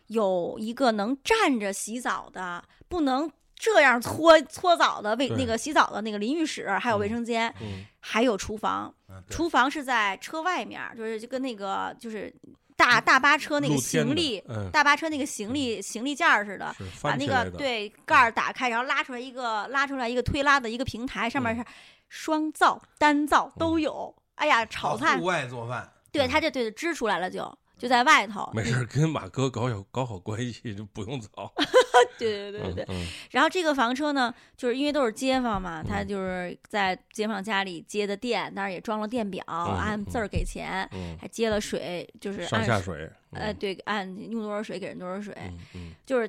[SPEAKER 2] 有一个能站着洗澡的，不能这样搓搓澡的卫
[SPEAKER 1] 对
[SPEAKER 2] 那个洗澡的那个淋浴室，还有卫
[SPEAKER 1] 嗯
[SPEAKER 2] 生间，
[SPEAKER 1] 嗯
[SPEAKER 2] 还有厨房。
[SPEAKER 6] 嗯对
[SPEAKER 2] 厨房是在车外面儿，就是就跟那个就是大大巴车那个
[SPEAKER 1] 嗯露天的
[SPEAKER 2] 行李，
[SPEAKER 1] 嗯
[SPEAKER 2] 大巴车那个行李行李架儿似的，
[SPEAKER 1] 是
[SPEAKER 2] 把
[SPEAKER 1] 翻
[SPEAKER 2] 那
[SPEAKER 1] 起来
[SPEAKER 2] 个
[SPEAKER 1] 的，嗯
[SPEAKER 2] 对盖儿打开，然后拉出来一个拉出来一个推拉的一个平台，上面
[SPEAKER 1] 嗯
[SPEAKER 2] 是双灶、单灶都有。哎
[SPEAKER 1] 啊
[SPEAKER 2] 呀，炒
[SPEAKER 6] 好
[SPEAKER 2] 菜
[SPEAKER 6] 户，外做饭，
[SPEAKER 2] 对他这对的支出来了就。就在外头，
[SPEAKER 1] 嗯没事儿，跟马哥搞好搞好关系就不 用走。
[SPEAKER 2] 对对对对对。
[SPEAKER 1] 嗯
[SPEAKER 2] 然后这个房车呢，就是因为都是街坊嘛，他
[SPEAKER 1] 嗯
[SPEAKER 2] 就是在街坊家里接的电，当然也装了电表，按字儿给钱，
[SPEAKER 1] 嗯
[SPEAKER 2] 还接了水，就是
[SPEAKER 1] 嗯，
[SPEAKER 2] 按
[SPEAKER 1] 上
[SPEAKER 2] 呃
[SPEAKER 1] 下水，
[SPEAKER 2] 呃，对，按用多少水给人多少水，
[SPEAKER 1] 嗯嗯
[SPEAKER 2] 就是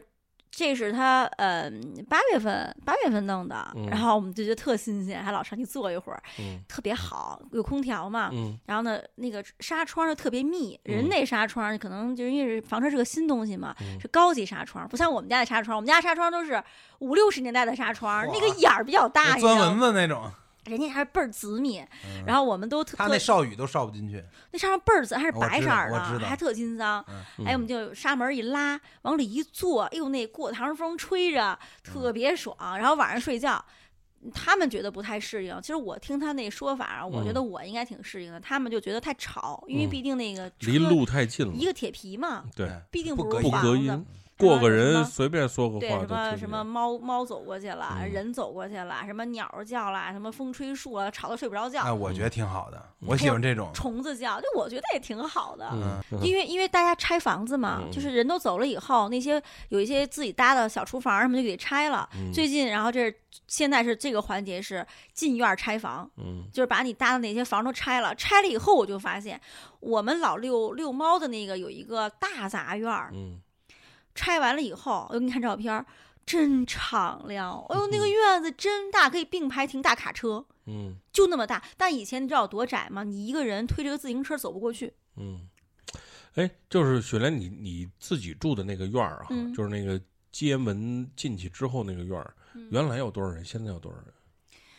[SPEAKER 2] 这是他呃八月份八月份弄的，
[SPEAKER 1] 嗯
[SPEAKER 2] 然后我们就觉得特新鲜，还老上去坐一会儿，
[SPEAKER 1] 嗯
[SPEAKER 2] 特别好，有空调嘛。
[SPEAKER 1] 嗯
[SPEAKER 2] 然后呢，那个纱窗是特别密，
[SPEAKER 1] 嗯
[SPEAKER 2] 人那纱窗可能就是因为是房车是个新东西嘛，
[SPEAKER 1] 嗯
[SPEAKER 2] 是高级纱窗，不像我们家的纱窗，我们家的纱窗都是五六十年代的纱窗，
[SPEAKER 6] 哇
[SPEAKER 2] 那个眼儿比较大，啊你知
[SPEAKER 6] 钻
[SPEAKER 2] 道
[SPEAKER 6] 蚊
[SPEAKER 2] 吗？
[SPEAKER 6] 子那种，
[SPEAKER 2] 人家还倍儿紧密，
[SPEAKER 6] 嗯
[SPEAKER 2] 然后我们都特
[SPEAKER 6] 他
[SPEAKER 2] 特
[SPEAKER 6] 那少羽都少不进去，
[SPEAKER 2] 那纱窗倍儿紫，还是
[SPEAKER 6] 我
[SPEAKER 2] 白
[SPEAKER 6] 知
[SPEAKER 2] 色
[SPEAKER 6] 道
[SPEAKER 2] 儿
[SPEAKER 6] 我
[SPEAKER 2] 的，
[SPEAKER 6] 知道
[SPEAKER 2] 还特金脏。
[SPEAKER 1] 嗯
[SPEAKER 2] 哎，我们就纱门一拉，往里一坐，哎呦，那过堂风吹
[SPEAKER 1] 嗯
[SPEAKER 2] 着特别爽。然后晚上睡觉，他们觉得不太适应。其实我听他那说法啊，我觉得我应该挺适应的。他们就觉得太吵，因为
[SPEAKER 1] 嗯
[SPEAKER 2] 毕竟那个
[SPEAKER 1] 离
[SPEAKER 2] 车
[SPEAKER 1] 路太近了
[SPEAKER 2] 一，个铁皮嘛，
[SPEAKER 1] 对，
[SPEAKER 6] 哎
[SPEAKER 2] 必定
[SPEAKER 6] 不隔
[SPEAKER 2] 如
[SPEAKER 1] 不
[SPEAKER 2] 房
[SPEAKER 1] 隔
[SPEAKER 2] 子。
[SPEAKER 1] 音，过个
[SPEAKER 2] 什
[SPEAKER 1] 人
[SPEAKER 2] 么
[SPEAKER 1] 随便说个
[SPEAKER 2] 对
[SPEAKER 1] 话
[SPEAKER 2] 什
[SPEAKER 1] 都
[SPEAKER 2] 么
[SPEAKER 1] 听
[SPEAKER 2] 什
[SPEAKER 1] 见
[SPEAKER 2] 么猫猫走过去了，
[SPEAKER 1] 嗯
[SPEAKER 2] 人走过去了，什么鸟儿叫了，什么风吹树了，吵得睡不着觉，
[SPEAKER 6] 哎，我觉得挺好的，
[SPEAKER 2] 嗯
[SPEAKER 6] 我喜欢这种。
[SPEAKER 2] 虫子叫，就我觉得也挺好的。
[SPEAKER 1] 嗯，嗯
[SPEAKER 2] 因为因为大家拆房子嘛，
[SPEAKER 1] 嗯
[SPEAKER 2] 就是人都走了以后，那些有一些自己搭的小厨房什么就给拆了。
[SPEAKER 1] 嗯
[SPEAKER 2] 最近，然后这是现在是这个环节是进院儿拆房，
[SPEAKER 1] 嗯
[SPEAKER 2] 就是把你搭的那些房都拆了。拆了以后，我就发现我们老遛遛猫的那个有一个大杂院儿，
[SPEAKER 1] 嗯
[SPEAKER 2] 拆完了以后，我给你看照片儿，真敞亮。哎呦，那个院子真大，可以并排停大卡车，
[SPEAKER 1] 嗯
[SPEAKER 2] 就那么大。但以前你知道有多窄吗？你一个人推着个自行车走不过去。
[SPEAKER 1] 嗯，哎，就是雪莲，你你自己住的那个院儿啊，
[SPEAKER 2] 嗯
[SPEAKER 1] 就是那个街门进去之后那个院儿，
[SPEAKER 2] 嗯
[SPEAKER 1] 原来有多少人，现在有多少人，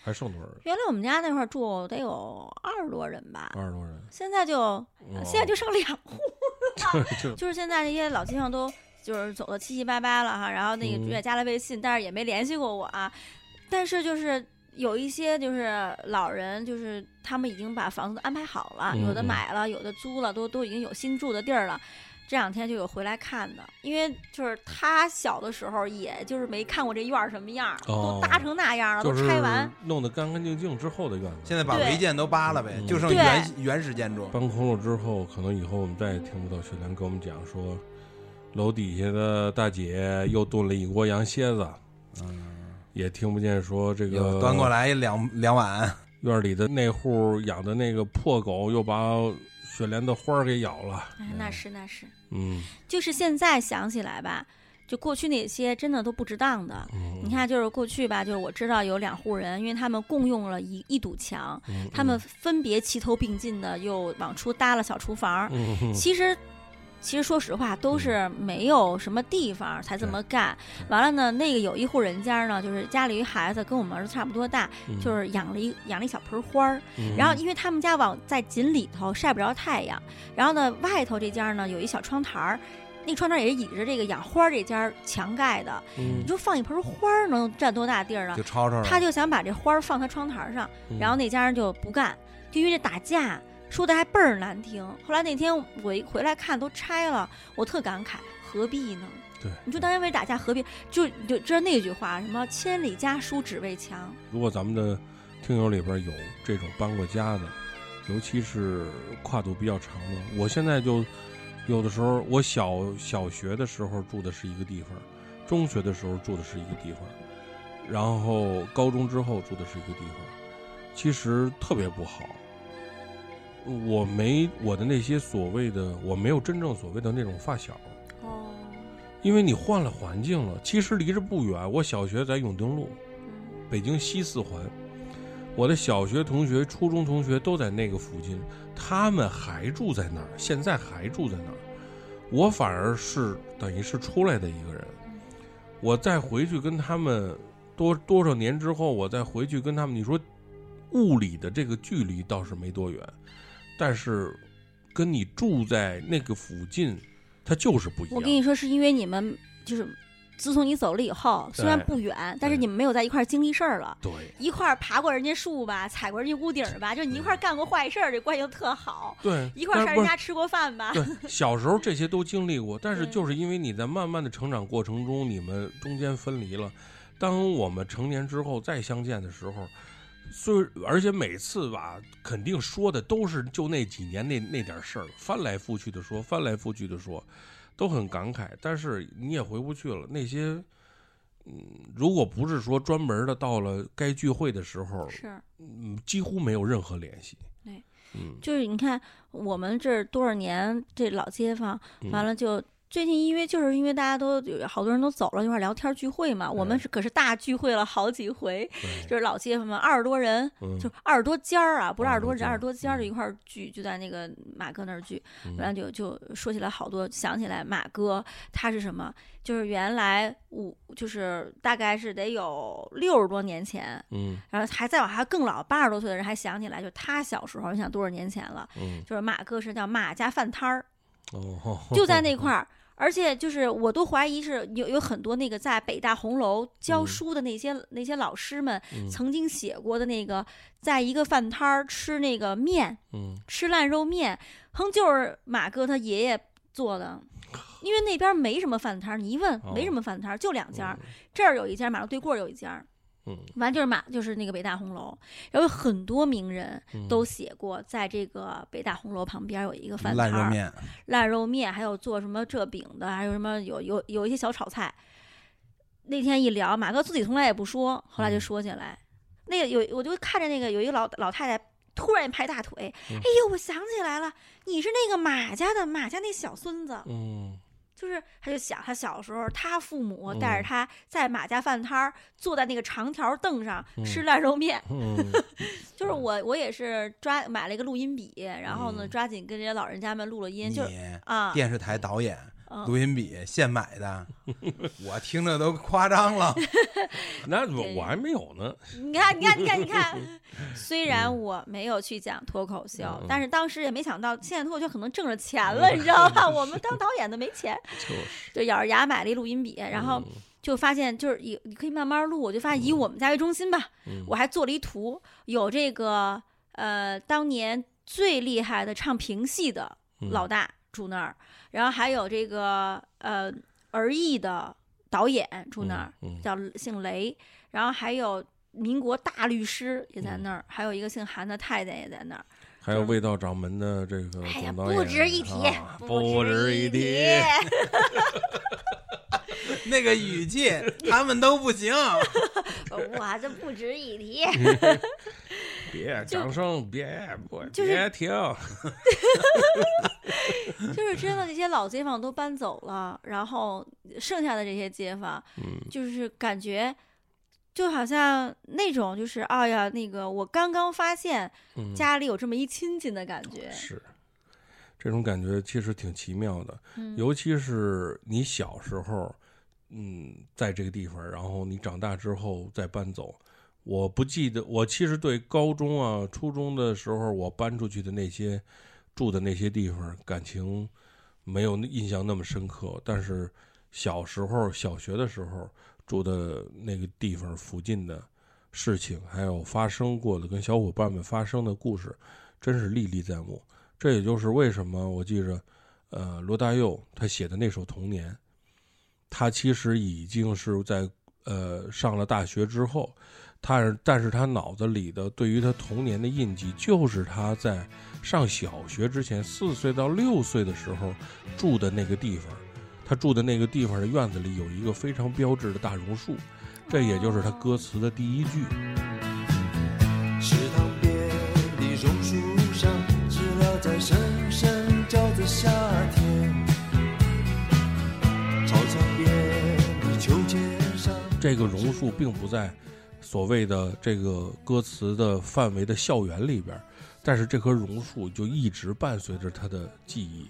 [SPEAKER 1] 还剩多少人？
[SPEAKER 2] 原来我们家那块儿住得有二十多人吧，
[SPEAKER 1] 二十多人，
[SPEAKER 2] 现在就
[SPEAKER 1] 哦
[SPEAKER 2] 呃现在就剩两户，
[SPEAKER 1] 就
[SPEAKER 2] 就是现在这些老街坊都就是走的七七八八了哈，然后那个
[SPEAKER 1] 嗯
[SPEAKER 2] 也加了微信，但是也没联系过我啊，但是就是。有一些就是老人，就是他们已经把房子都安排好了，
[SPEAKER 1] 嗯
[SPEAKER 2] 有的
[SPEAKER 1] 嗯
[SPEAKER 2] 买了，有的租了，都都已经有新住的地儿了。这两天就有回来看的，因为就是他小的时候，也就是没看过这院儿什么样儿，
[SPEAKER 1] 哦
[SPEAKER 2] 都搭成那样了，
[SPEAKER 1] 就
[SPEAKER 2] 都
[SPEAKER 1] 是
[SPEAKER 2] 拆完，
[SPEAKER 1] 弄得干干净净之后的院子，
[SPEAKER 6] 现在把
[SPEAKER 2] 对
[SPEAKER 6] 违建都扒了呗，
[SPEAKER 1] 嗯
[SPEAKER 6] 就剩
[SPEAKER 2] 对
[SPEAKER 6] 原原始建筑。
[SPEAKER 1] 搬空了之后，可能以后我们再也听不到雪莲跟我们讲说，楼底下的大姐又炖了一锅羊蝎子，
[SPEAKER 6] 嗯，
[SPEAKER 1] 也听不见说这
[SPEAKER 6] 有
[SPEAKER 1] 个
[SPEAKER 6] 端过来两两碗，
[SPEAKER 1] 院里的那户养的那个破狗又把雪莲的花儿给咬了。
[SPEAKER 2] 哎那是那是。
[SPEAKER 1] 嗯
[SPEAKER 2] 就是现在想起来吧，就过去那些真的都不值当的。
[SPEAKER 1] 嗯，
[SPEAKER 2] 你看，就是过去吧，就是我知道有两户人，因为他们共用了一一堵墙，
[SPEAKER 1] 嗯，
[SPEAKER 2] 他们分别齐头并进的又往出搭了小厨房。
[SPEAKER 1] 嗯嗯
[SPEAKER 2] 其实，其实说实话，都是没有什么地方才这么干。完了呢，那个有一户人家呢，就是家里一孩子跟我们儿子差不多大，
[SPEAKER 1] 嗯
[SPEAKER 2] 就是养了一养了一小盆花儿。
[SPEAKER 1] 嗯
[SPEAKER 2] 然后因为他们家往在井里头晒不着太阳，然后呢外头这家呢有一小窗台儿，那窗台儿也是倚着这个养花儿这家墙盖的，
[SPEAKER 1] 嗯
[SPEAKER 2] 你说放一盆花儿能占多大地儿啊
[SPEAKER 6] 就？吵吵了。
[SPEAKER 2] 他就想把这花儿放他窗台儿上，
[SPEAKER 1] 嗯
[SPEAKER 2] 然后那家人就不干，就因为这打架说的还倍儿难听。后来那天我一回来看都拆了，我特感慨，何必呢？
[SPEAKER 1] 对，
[SPEAKER 2] 你说当年为打架何必？就你就知道那句话什么“千里家书只为墙
[SPEAKER 1] 如果咱们的听友里边有这种搬过家的，尤其是跨度比较长的，我现在就有的时候，我小小学的时候住的是一个地方，中学的时候住的是一个地方，然后高中之后住的是一个地方，其实特别不好。我没我的那些所谓的，我没有真正所谓的那种发小，”。
[SPEAKER 2] 哦，
[SPEAKER 1] 因为你换了环境了。其实离着不远，我小学在永定路，北京西四环。我的小学同学、初中同学都在那个附近，他们还住在那儿，现在还住在那儿。我反而是等于是出来的一个人，我再回去跟他们多多少年之后，我再回去跟他们，你说物理的这个距离倒是没多远，但是跟你住在那个附近，它就是不一样。
[SPEAKER 2] 我跟你说，是因为你们就是自从你走了以后，虽然
[SPEAKER 1] 对
[SPEAKER 2] 不远，但是
[SPEAKER 1] 对
[SPEAKER 2] 你们没有在一块儿经历事儿了。
[SPEAKER 1] 对，
[SPEAKER 2] 一块儿爬过人家树吧，踩过人家屋顶儿吧，就你一块儿干过坏事儿，这关系就特好。
[SPEAKER 1] 对，
[SPEAKER 2] 一块儿
[SPEAKER 1] 但
[SPEAKER 2] 上
[SPEAKER 1] 不
[SPEAKER 2] 人
[SPEAKER 1] 是
[SPEAKER 2] 家吃过饭吧，
[SPEAKER 1] 对，小时候这些都经历过，但是
[SPEAKER 2] 对
[SPEAKER 1] 就是因为你在慢慢的成长过程中，你们中间分离了。当我们成年之后再相见的时候，虽而且每次吧，肯定说的都是就那几年那那点事儿，翻来覆去的说，翻来覆去的说，都很感慨。但是你也回不去了，那些。嗯，如果不是说专门的到了该聚会的时候，
[SPEAKER 2] 是，
[SPEAKER 1] 嗯，几乎没有任何联系。
[SPEAKER 2] 对，
[SPEAKER 1] 嗯，
[SPEAKER 2] 就是你看我们这儿多少年这老街坊，
[SPEAKER 1] 嗯
[SPEAKER 2] 完了就最近因为就是因为大家都有好多人都走了，一块儿聊天聚会嘛。我们是可是大聚会了好几回，
[SPEAKER 1] 对
[SPEAKER 2] 就是老街坊们二十多人，
[SPEAKER 1] 嗯
[SPEAKER 2] 就二十多家儿啊，不是二十多人，二
[SPEAKER 1] 二
[SPEAKER 2] 十
[SPEAKER 1] 十
[SPEAKER 2] 多
[SPEAKER 1] 多
[SPEAKER 2] 家
[SPEAKER 1] 家
[SPEAKER 2] 儿就一块儿聚，就在那个马哥那儿聚，
[SPEAKER 1] 嗯
[SPEAKER 2] 然后就就说起来好多，想起来马哥他是什么，就是原来五就是大概是得有六十多年前，
[SPEAKER 1] 嗯
[SPEAKER 2] 然后还再往下更老八十多岁的人还想起来，就是他小时候，你想多少年前了，
[SPEAKER 1] 嗯
[SPEAKER 2] 就是马哥是叫马家饭摊儿，
[SPEAKER 1] 哦，
[SPEAKER 2] 就在那块儿。而且就是，我都怀疑是有有很多那个在北大红楼教
[SPEAKER 1] 嗯
[SPEAKER 2] 书的那些、那些老师们，
[SPEAKER 1] 嗯
[SPEAKER 2] 曾经写过的那个，在一个饭摊儿吃那个面，
[SPEAKER 1] 嗯
[SPEAKER 2] 吃烂肉面，哼，就是马哥他爷爷做的。因为那边没什么饭摊儿，你一问
[SPEAKER 1] 哦
[SPEAKER 2] 没什么饭摊儿，就两家儿，这儿有一家，马路对过儿有一家，
[SPEAKER 1] 嗯
[SPEAKER 2] 完就是马就是那个北大红楼，然后有很多名人
[SPEAKER 1] 嗯
[SPEAKER 2] 都写过，在这个北大红楼旁边有一个饭摊
[SPEAKER 6] 烂
[SPEAKER 2] 儿，
[SPEAKER 6] 肉面，
[SPEAKER 2] 烂肉面，还有做什么这饼的，还有什么有有有一些小炒菜。那天一聊，马哥自己从来也不说，后
[SPEAKER 1] 嗯
[SPEAKER 2] 来就说起来，那个有我就看着那个有一个老老太太突然拍大腿，
[SPEAKER 1] 嗯
[SPEAKER 2] 哎呦，我想起来了，你是那个马家的马家那小孙子，
[SPEAKER 1] 嗯
[SPEAKER 2] 就是他就想他小时候，他父母
[SPEAKER 1] 嗯
[SPEAKER 2] 带着他在马家饭摊儿坐在那个长条凳上
[SPEAKER 1] 嗯
[SPEAKER 2] 吃烂肉面，
[SPEAKER 1] 嗯
[SPEAKER 2] 就是我我也是抓买了一个录音笔，然后呢
[SPEAKER 1] 嗯
[SPEAKER 2] 抓紧跟这些老人家们录了音，
[SPEAKER 6] 你
[SPEAKER 2] 就是啊，
[SPEAKER 6] 电视台导演
[SPEAKER 2] 嗯
[SPEAKER 6] 录音笔现 买的，我听着都夸张 了。
[SPEAKER 1] 那我我还没有呢，
[SPEAKER 2] 你看，你看，你看，你 看。虽然我没有去讲脱口秀，
[SPEAKER 1] 嗯
[SPEAKER 2] 但是当时也没想到，现在脱口秀可能挣着钱了，你知道吧？我们当导演的没钱，
[SPEAKER 1] 就是，
[SPEAKER 2] 就咬着牙买了一录音笔，然后
[SPEAKER 1] 嗯
[SPEAKER 2] 就发现就是以你可以慢慢录，我就发现以我们家为中心吧。
[SPEAKER 1] 嗯
[SPEAKER 2] 我还做了一图，有这个呃当年最厉害的唱评戏的
[SPEAKER 1] 嗯
[SPEAKER 2] 老大住那儿，然后还有这个呃儿艺的导演住那儿，
[SPEAKER 1] 嗯
[SPEAKER 2] 叫姓雷，然后还有民国大律师也
[SPEAKER 1] 嗯
[SPEAKER 2] 在那儿，还有一个姓韩的太太也在那儿。
[SPEAKER 1] 还有味道掌门的这个
[SPEAKER 2] 哎呀，
[SPEAKER 1] 总导演，
[SPEAKER 2] 不值一提，
[SPEAKER 1] 啊不
[SPEAKER 2] 值
[SPEAKER 1] 值一
[SPEAKER 2] 提。
[SPEAKER 1] 提。
[SPEAKER 6] 那个语气，他们都不行。
[SPEAKER 2] 我这不值一提。
[SPEAKER 1] 别
[SPEAKER 2] 就
[SPEAKER 1] 掌声，别不
[SPEAKER 2] 就是
[SPEAKER 1] 别停，
[SPEAKER 2] 就是真的，这些老街坊都搬走了，然后剩下的这些街坊，
[SPEAKER 1] 嗯
[SPEAKER 2] 就是感觉。就好像那种，就是哎呀，那个我刚刚发现
[SPEAKER 1] 嗯
[SPEAKER 2] 家里有这么一亲戚的感觉，
[SPEAKER 1] 是这种感觉，其实挺奇妙的。
[SPEAKER 2] 嗯
[SPEAKER 1] 尤其是你小时候，嗯，在这个地方，然后你长大之后再搬走。我不记得，我其实对高中啊、初中的时候我搬出去的那些住的那些地方感情没有印象那么深刻，但是小时候小学的时候住的那个地方附近的事情，还有发生过的跟小伙伴们发生的故事，真是历历在目。这也就是为什么我记着呃，罗大佑他写的那首《童年》，他其实已经是在呃上了大学之后，他是但是他脑子里的对于他童年的印记，就是他在上小学之前四岁到六岁的时候住的那个地方。他住的那个地方的院子里有一个非常标志的大榕树，这也就是他歌词的第一句。
[SPEAKER 7] 池塘边的榕树上，知了在声声叫着夏天。操场边的秋千上，
[SPEAKER 1] 这个榕树并不在所谓的这个歌词的范围的校园里边儿，但是这棵榕树就一直伴随着他的记忆。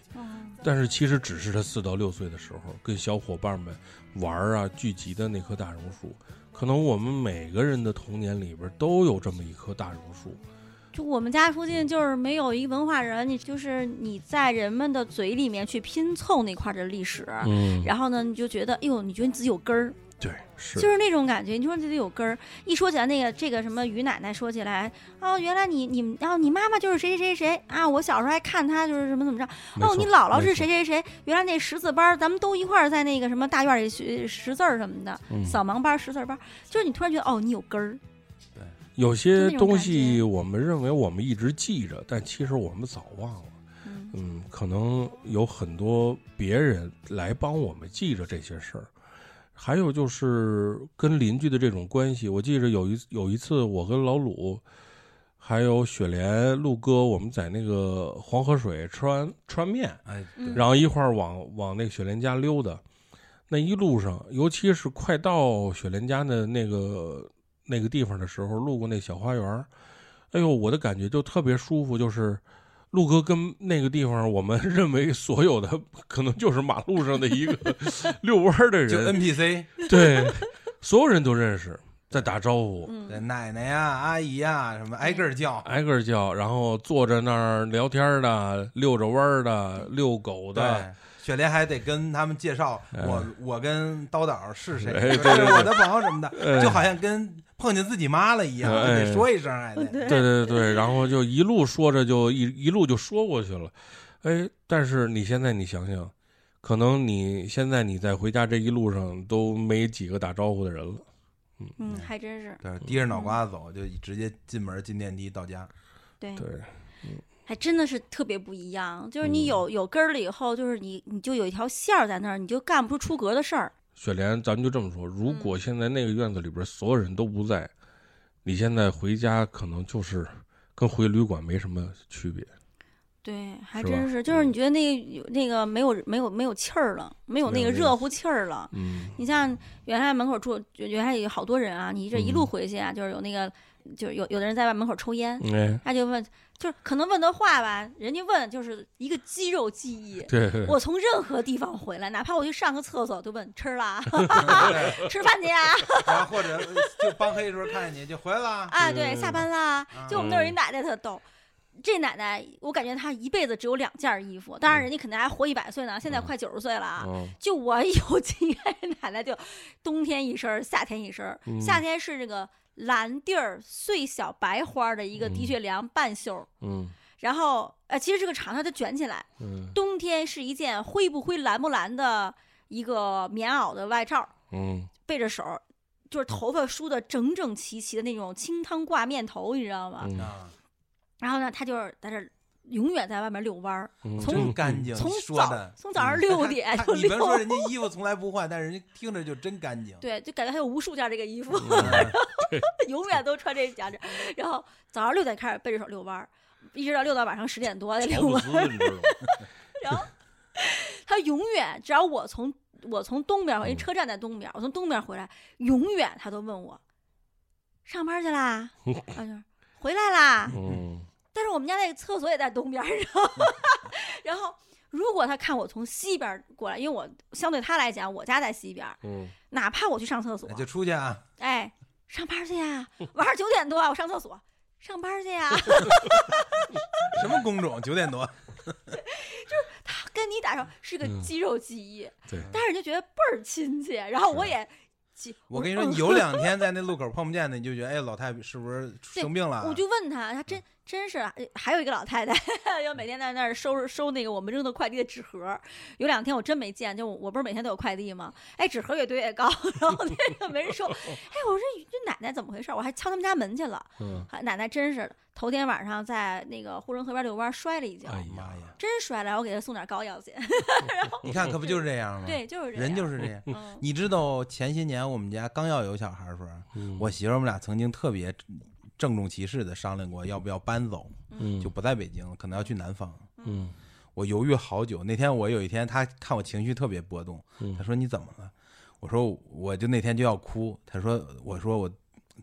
[SPEAKER 1] 但是其实只是他四到六岁的时候，跟小伙伴们玩儿啊聚集的那棵大榕树。可能我们每个人的童年里边儿都有这么一棵大榕树。
[SPEAKER 2] 就我们家附近就是没有一文化人，你就是你在人们的嘴里面去拼凑那块儿的历史，
[SPEAKER 1] 嗯，
[SPEAKER 2] 然后呢，你就觉得，哎呦，你觉得你自己有根儿，
[SPEAKER 1] 对，是
[SPEAKER 2] 就是那种感觉。你说你自己有根儿，一说起来那个这个什么于奶奶说起来，哦，原来你你然后、你妈妈就是谁谁谁谁啊，我小时候还看她就是什么怎么着，
[SPEAKER 1] 没
[SPEAKER 2] 哦，
[SPEAKER 1] 错
[SPEAKER 2] 你姥姥
[SPEAKER 1] 没
[SPEAKER 2] 是
[SPEAKER 1] 错
[SPEAKER 2] 谁谁谁，原来那识字班儿咱们都一块儿在那个什么大院里学识字儿什么的，
[SPEAKER 1] 嗯
[SPEAKER 2] 扫盲班儿、识字儿班儿，就是你突然觉得，哦，你有根儿，
[SPEAKER 1] 有些
[SPEAKER 2] 就那种
[SPEAKER 1] 东
[SPEAKER 2] 感
[SPEAKER 1] 西
[SPEAKER 2] 觉
[SPEAKER 1] 我们认为我们一直记着，但其实我们早忘了。
[SPEAKER 2] 嗯
[SPEAKER 1] 嗯，可能有很多别人来帮我们记着这些事儿。还有就是跟邻居的这种关系，我记着有一有一次我跟老鲁，还有雪莲、陆哥，我们在那个黄河水吃完吃完面，
[SPEAKER 6] 哎，
[SPEAKER 2] 嗯
[SPEAKER 1] 然后一块儿往往那个雪莲家溜达。那一路上，尤其是快到雪莲家的那个那个地方的时候，路过那小花园儿，哎呦，我的感觉就特别舒服，就是。陆哥跟那个地方，我们认为所有的可能就是马路上的一个 遛弯儿的
[SPEAKER 6] 就
[SPEAKER 1] 人，
[SPEAKER 6] NPC，
[SPEAKER 1] 对，所有人都认识，在打招呼，
[SPEAKER 2] 嗯
[SPEAKER 6] 对奶奶呀、阿姨呀、什么挨个儿叫，
[SPEAKER 1] 挨个儿叫，然后坐在那儿聊天儿的，遛着弯儿的，遛狗的，
[SPEAKER 6] 对，雪莲还得跟他们介绍
[SPEAKER 1] 哎
[SPEAKER 6] 我、我跟刀导是谁，
[SPEAKER 1] 哎对
[SPEAKER 6] 是
[SPEAKER 1] 对对
[SPEAKER 6] 我的朋友什么的，
[SPEAKER 1] 哎
[SPEAKER 6] 就好像跟碰见自己妈了一样，
[SPEAKER 1] 哎
[SPEAKER 6] 得说一声还
[SPEAKER 1] 对
[SPEAKER 6] 得。
[SPEAKER 1] 对对，然后就一路说着就一一路就说过去了，哎，但是你现在你想想，可能你现在你在回家这一路上都没几个打招呼的人了，
[SPEAKER 2] 嗯，还真是，
[SPEAKER 6] 对，低着脑瓜子走，就直接进门进电梯 到家。
[SPEAKER 2] 对，
[SPEAKER 1] 对，
[SPEAKER 2] 还真的是特别不一样。就是
[SPEAKER 1] 嗯
[SPEAKER 2] 你有有根儿了以后，就是你你就有一条线儿在那儿，你就干不出出格的事儿。
[SPEAKER 1] 雪莲，咱们就这么说，如果现在那个院子里边所有人都不在，你现在回家可能就是跟回旅馆没什么区别，
[SPEAKER 2] 对，还
[SPEAKER 1] 是吧嗯
[SPEAKER 2] 真是，就是你觉得那个有那个没有没有没有气儿了，没有那个
[SPEAKER 1] 没有那个
[SPEAKER 2] 热乎气儿了。
[SPEAKER 1] 嗯，
[SPEAKER 2] 你像原来门口住，原来有好多人啊，你这一路
[SPEAKER 1] 嗯
[SPEAKER 2] 回去啊，就是有那个，就是有有的人在外门口抽烟，
[SPEAKER 1] 哎，
[SPEAKER 2] 他就问，就是可能问的话吧，人家问就是一个肌肉记忆。
[SPEAKER 1] 对对
[SPEAKER 2] 我从任何地方回来，哪怕我去上个厕所，都问吃 啦，吃饭去啊，
[SPEAKER 6] 然后或者呃就帮黑的时候看见你就回来了，
[SPEAKER 2] 啊，对，下班啦。就我们那儿有一
[SPEAKER 1] 嗯
[SPEAKER 2] 奶奶特逗，这奶奶我感觉她一辈子只有两件衣服，当然人家可能还活一百岁呢，现在快九十岁了啊。
[SPEAKER 1] 嗯
[SPEAKER 2] 就我有经验，奶奶就冬天一身儿，夏天一身儿。
[SPEAKER 1] 嗯
[SPEAKER 2] 夏天是这个蓝地儿碎小白花儿的一个的确凉半袖儿，
[SPEAKER 1] 嗯
[SPEAKER 2] 然后呃其实是个长条，它卷起来。
[SPEAKER 1] 嗯
[SPEAKER 2] 冬天是一件灰不灰蓝不蓝的一个棉袄的外罩儿，
[SPEAKER 1] 嗯，
[SPEAKER 2] 背着手儿，就是头发梳的整整齐齐的那种清汤挂面头，你知道吗？
[SPEAKER 1] 嗯
[SPEAKER 6] 啊，
[SPEAKER 2] 然后呢，他就是在这儿永远在外面遛弯儿，
[SPEAKER 1] 嗯
[SPEAKER 2] 从
[SPEAKER 6] 真干净，
[SPEAKER 2] 从
[SPEAKER 6] 说
[SPEAKER 2] 早
[SPEAKER 6] 的。
[SPEAKER 2] 从早上 六点
[SPEAKER 6] 看
[SPEAKER 2] 就
[SPEAKER 6] 你别
[SPEAKER 2] 遛
[SPEAKER 6] 说，人家衣服从来不换，但是人家听着就真干净。
[SPEAKER 2] 对，就感觉他有无数件这个衣服，
[SPEAKER 6] 嗯
[SPEAKER 2] 永远都穿这夹着。然后早上六点开始背着手遛弯儿，一直到遛到晚上十点多再遛
[SPEAKER 1] 乔布
[SPEAKER 2] 弯儿。
[SPEAKER 1] 斯，你知道吗？
[SPEAKER 2] 然后他永远，只要我从我从东边，我
[SPEAKER 6] 嗯
[SPEAKER 2] 一车站在东边，我从东边回来，永远他都问我上班去啦， 啊就是回来啦。
[SPEAKER 1] 嗯
[SPEAKER 2] 但是我们家那个厕所也在东边，然后 然后如果他看我从西边过来，因为我相对他来讲，我家在西边，
[SPEAKER 1] 嗯
[SPEAKER 2] 哪怕我去上厕所
[SPEAKER 6] 那，就出去啊，
[SPEAKER 2] 哎，上班去呀，晚上九点多啊我上厕所。上班去呀，
[SPEAKER 6] 什么工种？九点多，
[SPEAKER 2] 他跟你打招呼是个
[SPEAKER 1] 嗯
[SPEAKER 2] 肌肉记忆，
[SPEAKER 1] 对
[SPEAKER 2] 但是你就觉得倍儿亲切。然后我也记，
[SPEAKER 6] 我跟你说，你有两天在那路口碰不见的，你就觉得哎，老太是不是
[SPEAKER 2] 对
[SPEAKER 6] 生病了啊？
[SPEAKER 2] 我就问他，他真真是啊，还有一个老太太，
[SPEAKER 6] 嗯
[SPEAKER 2] 要每天在那儿收拾收那个我们扔的快递的纸盒。有两天我真没见，就我我不是每天都有快递吗？哎，纸盒越堆越高， 然后那个没人 收。哎，我说这奶奶怎么回事？我还敲他们家门去了。
[SPEAKER 1] 嗯，
[SPEAKER 2] 啊奶奶真是的，头天晚上在那个护城河边遛弯摔了一跤，
[SPEAKER 1] 哎呀
[SPEAKER 6] 妈呀，
[SPEAKER 2] 真摔了。我给她送点膏药去。
[SPEAKER 6] 你看可不就是这样吗？
[SPEAKER 2] 对，就是这样。
[SPEAKER 6] 嗯人就是这样。
[SPEAKER 2] 嗯
[SPEAKER 6] 你知道前些年我们家刚要有小孩的时候，
[SPEAKER 1] 嗯，
[SPEAKER 6] 我媳妇儿我们俩曾经特别郑重其事的商量过，要不要搬走，
[SPEAKER 1] 嗯
[SPEAKER 6] 就不在北京了，可能要去南方。
[SPEAKER 1] 嗯
[SPEAKER 6] 我犹豫好久。那天我有一天，她看我情绪特别波动
[SPEAKER 1] 嗯，
[SPEAKER 6] 她说你怎么了？我说我就那天就要哭。她说我说我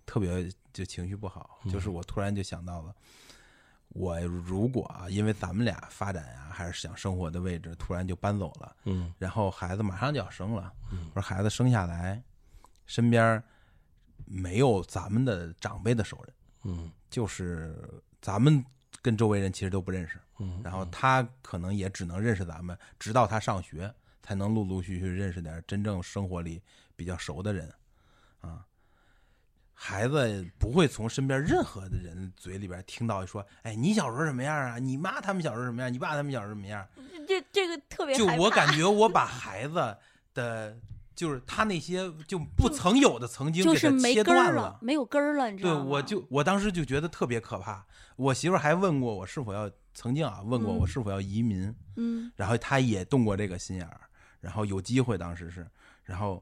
[SPEAKER 6] 特别就情绪不好，
[SPEAKER 1] 嗯
[SPEAKER 6] 就是我突然就想到了。我如果啊，因为咱们俩发展啊，还是想生活的位置，突然就搬走了，
[SPEAKER 1] 嗯
[SPEAKER 6] 然后孩子马上就要生了，我说孩子生下来，身边没有咱们的长辈的熟人，
[SPEAKER 1] 嗯
[SPEAKER 6] 就是咱们跟周围人其实都不认识，
[SPEAKER 1] 嗯
[SPEAKER 6] 然后他可能也只能认识咱们，直到他上学才能陆陆续续认识点真正生活里比较熟的人，啊，孩子不会从身边任何的人嘴里边听到说，哎，你小时候什么样啊？你妈他们小时候什么样？你爸他们小时候什么样？
[SPEAKER 2] 嗯这这个特别
[SPEAKER 6] 就
[SPEAKER 2] 害
[SPEAKER 6] 我
[SPEAKER 2] 怕
[SPEAKER 6] 感觉我把孩子的，就是他那些就不曾有的曾经
[SPEAKER 2] 就
[SPEAKER 6] 给
[SPEAKER 2] 是
[SPEAKER 6] 他
[SPEAKER 2] 没
[SPEAKER 6] 切
[SPEAKER 2] 根儿
[SPEAKER 6] 断
[SPEAKER 2] 了，。没有根儿了，你知
[SPEAKER 6] 对，
[SPEAKER 2] 道吗？
[SPEAKER 6] 我就我当时就觉得特别可怕。我媳妇儿还问过我是否要，曾经啊问过
[SPEAKER 2] 嗯
[SPEAKER 6] 我是否要移民，
[SPEAKER 2] 嗯
[SPEAKER 6] 然后她也动过这个心眼儿，然后有机会当时是，然后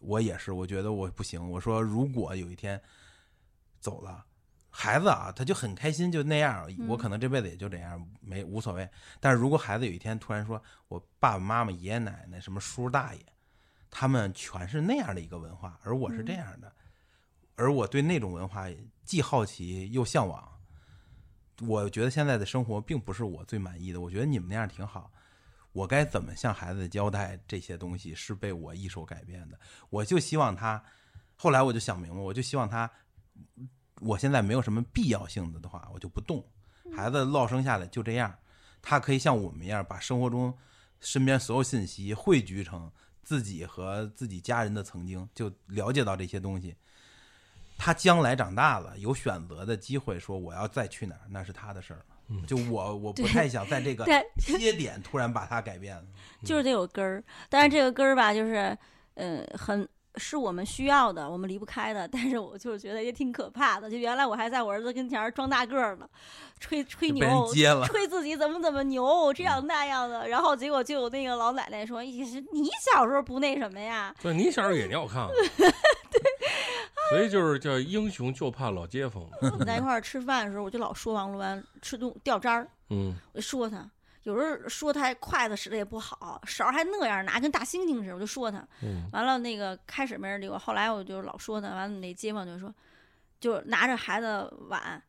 [SPEAKER 6] 我也是，我觉得我不行，我说如果有一天走了，孩子啊，他就很开心，就那样儿。我
[SPEAKER 2] 嗯
[SPEAKER 6] 可能这辈子也就这样，没无所谓。但是如果孩子有一天突然说，我爸爸妈妈、爷爷奶奶、什么叔叔大爷，他们全是那样的一个文化，而我是
[SPEAKER 2] 嗯
[SPEAKER 6] 这样的，而我对那种文化既好奇又向往。我觉得现在的生活并不是我最满意的，我觉得你们那样挺好。我该怎么向孩子交代这些东西是被我一手改变的？我就希望他，后来我就想明白，我就希望他，我现在没有什么必要性的的话，我就不动。
[SPEAKER 2] 嗯
[SPEAKER 6] 孩子落生下来就这样，他可以像我们一样，把生活中身边所有信息汇聚成自己和自己家人的曾经，就了解到这些东西。他将来长大了，有选择的机会，说我要再去哪儿，那是他的事儿了。就我，我不太想在这 个
[SPEAKER 2] 对，
[SPEAKER 6] 切点突然把它改变了。
[SPEAKER 2] 就是得有根儿。但是这个根儿吧，就是呃，很是我们需要的，我们离不开的。但是我就是觉得也挺可怕的。就原来我还在我儿子跟前儿装大个儿呢，吹吹
[SPEAKER 6] 就被
[SPEAKER 2] 牛
[SPEAKER 6] 人，接了
[SPEAKER 2] 吹自己怎么怎么牛，这样那样的。然后结果就有那个老奶奶说：“你是你小时候不那什么 呀？”
[SPEAKER 1] 对，你小时候也尿 炕，啊所以就是叫英雄就怕老街坊。
[SPEAKER 2] 我们在一块儿吃饭的时候，我就老说王罗安吃东掉渣儿，
[SPEAKER 1] 嗯，
[SPEAKER 2] 我就说他。有时候说他筷子使的也不好，勺儿还那样拿，跟大猩猩似的，我就说他。
[SPEAKER 1] 嗯
[SPEAKER 2] 完了，那个开始没人理我，后来我就老说他。完了，那街坊就说，就拿着孩子碗，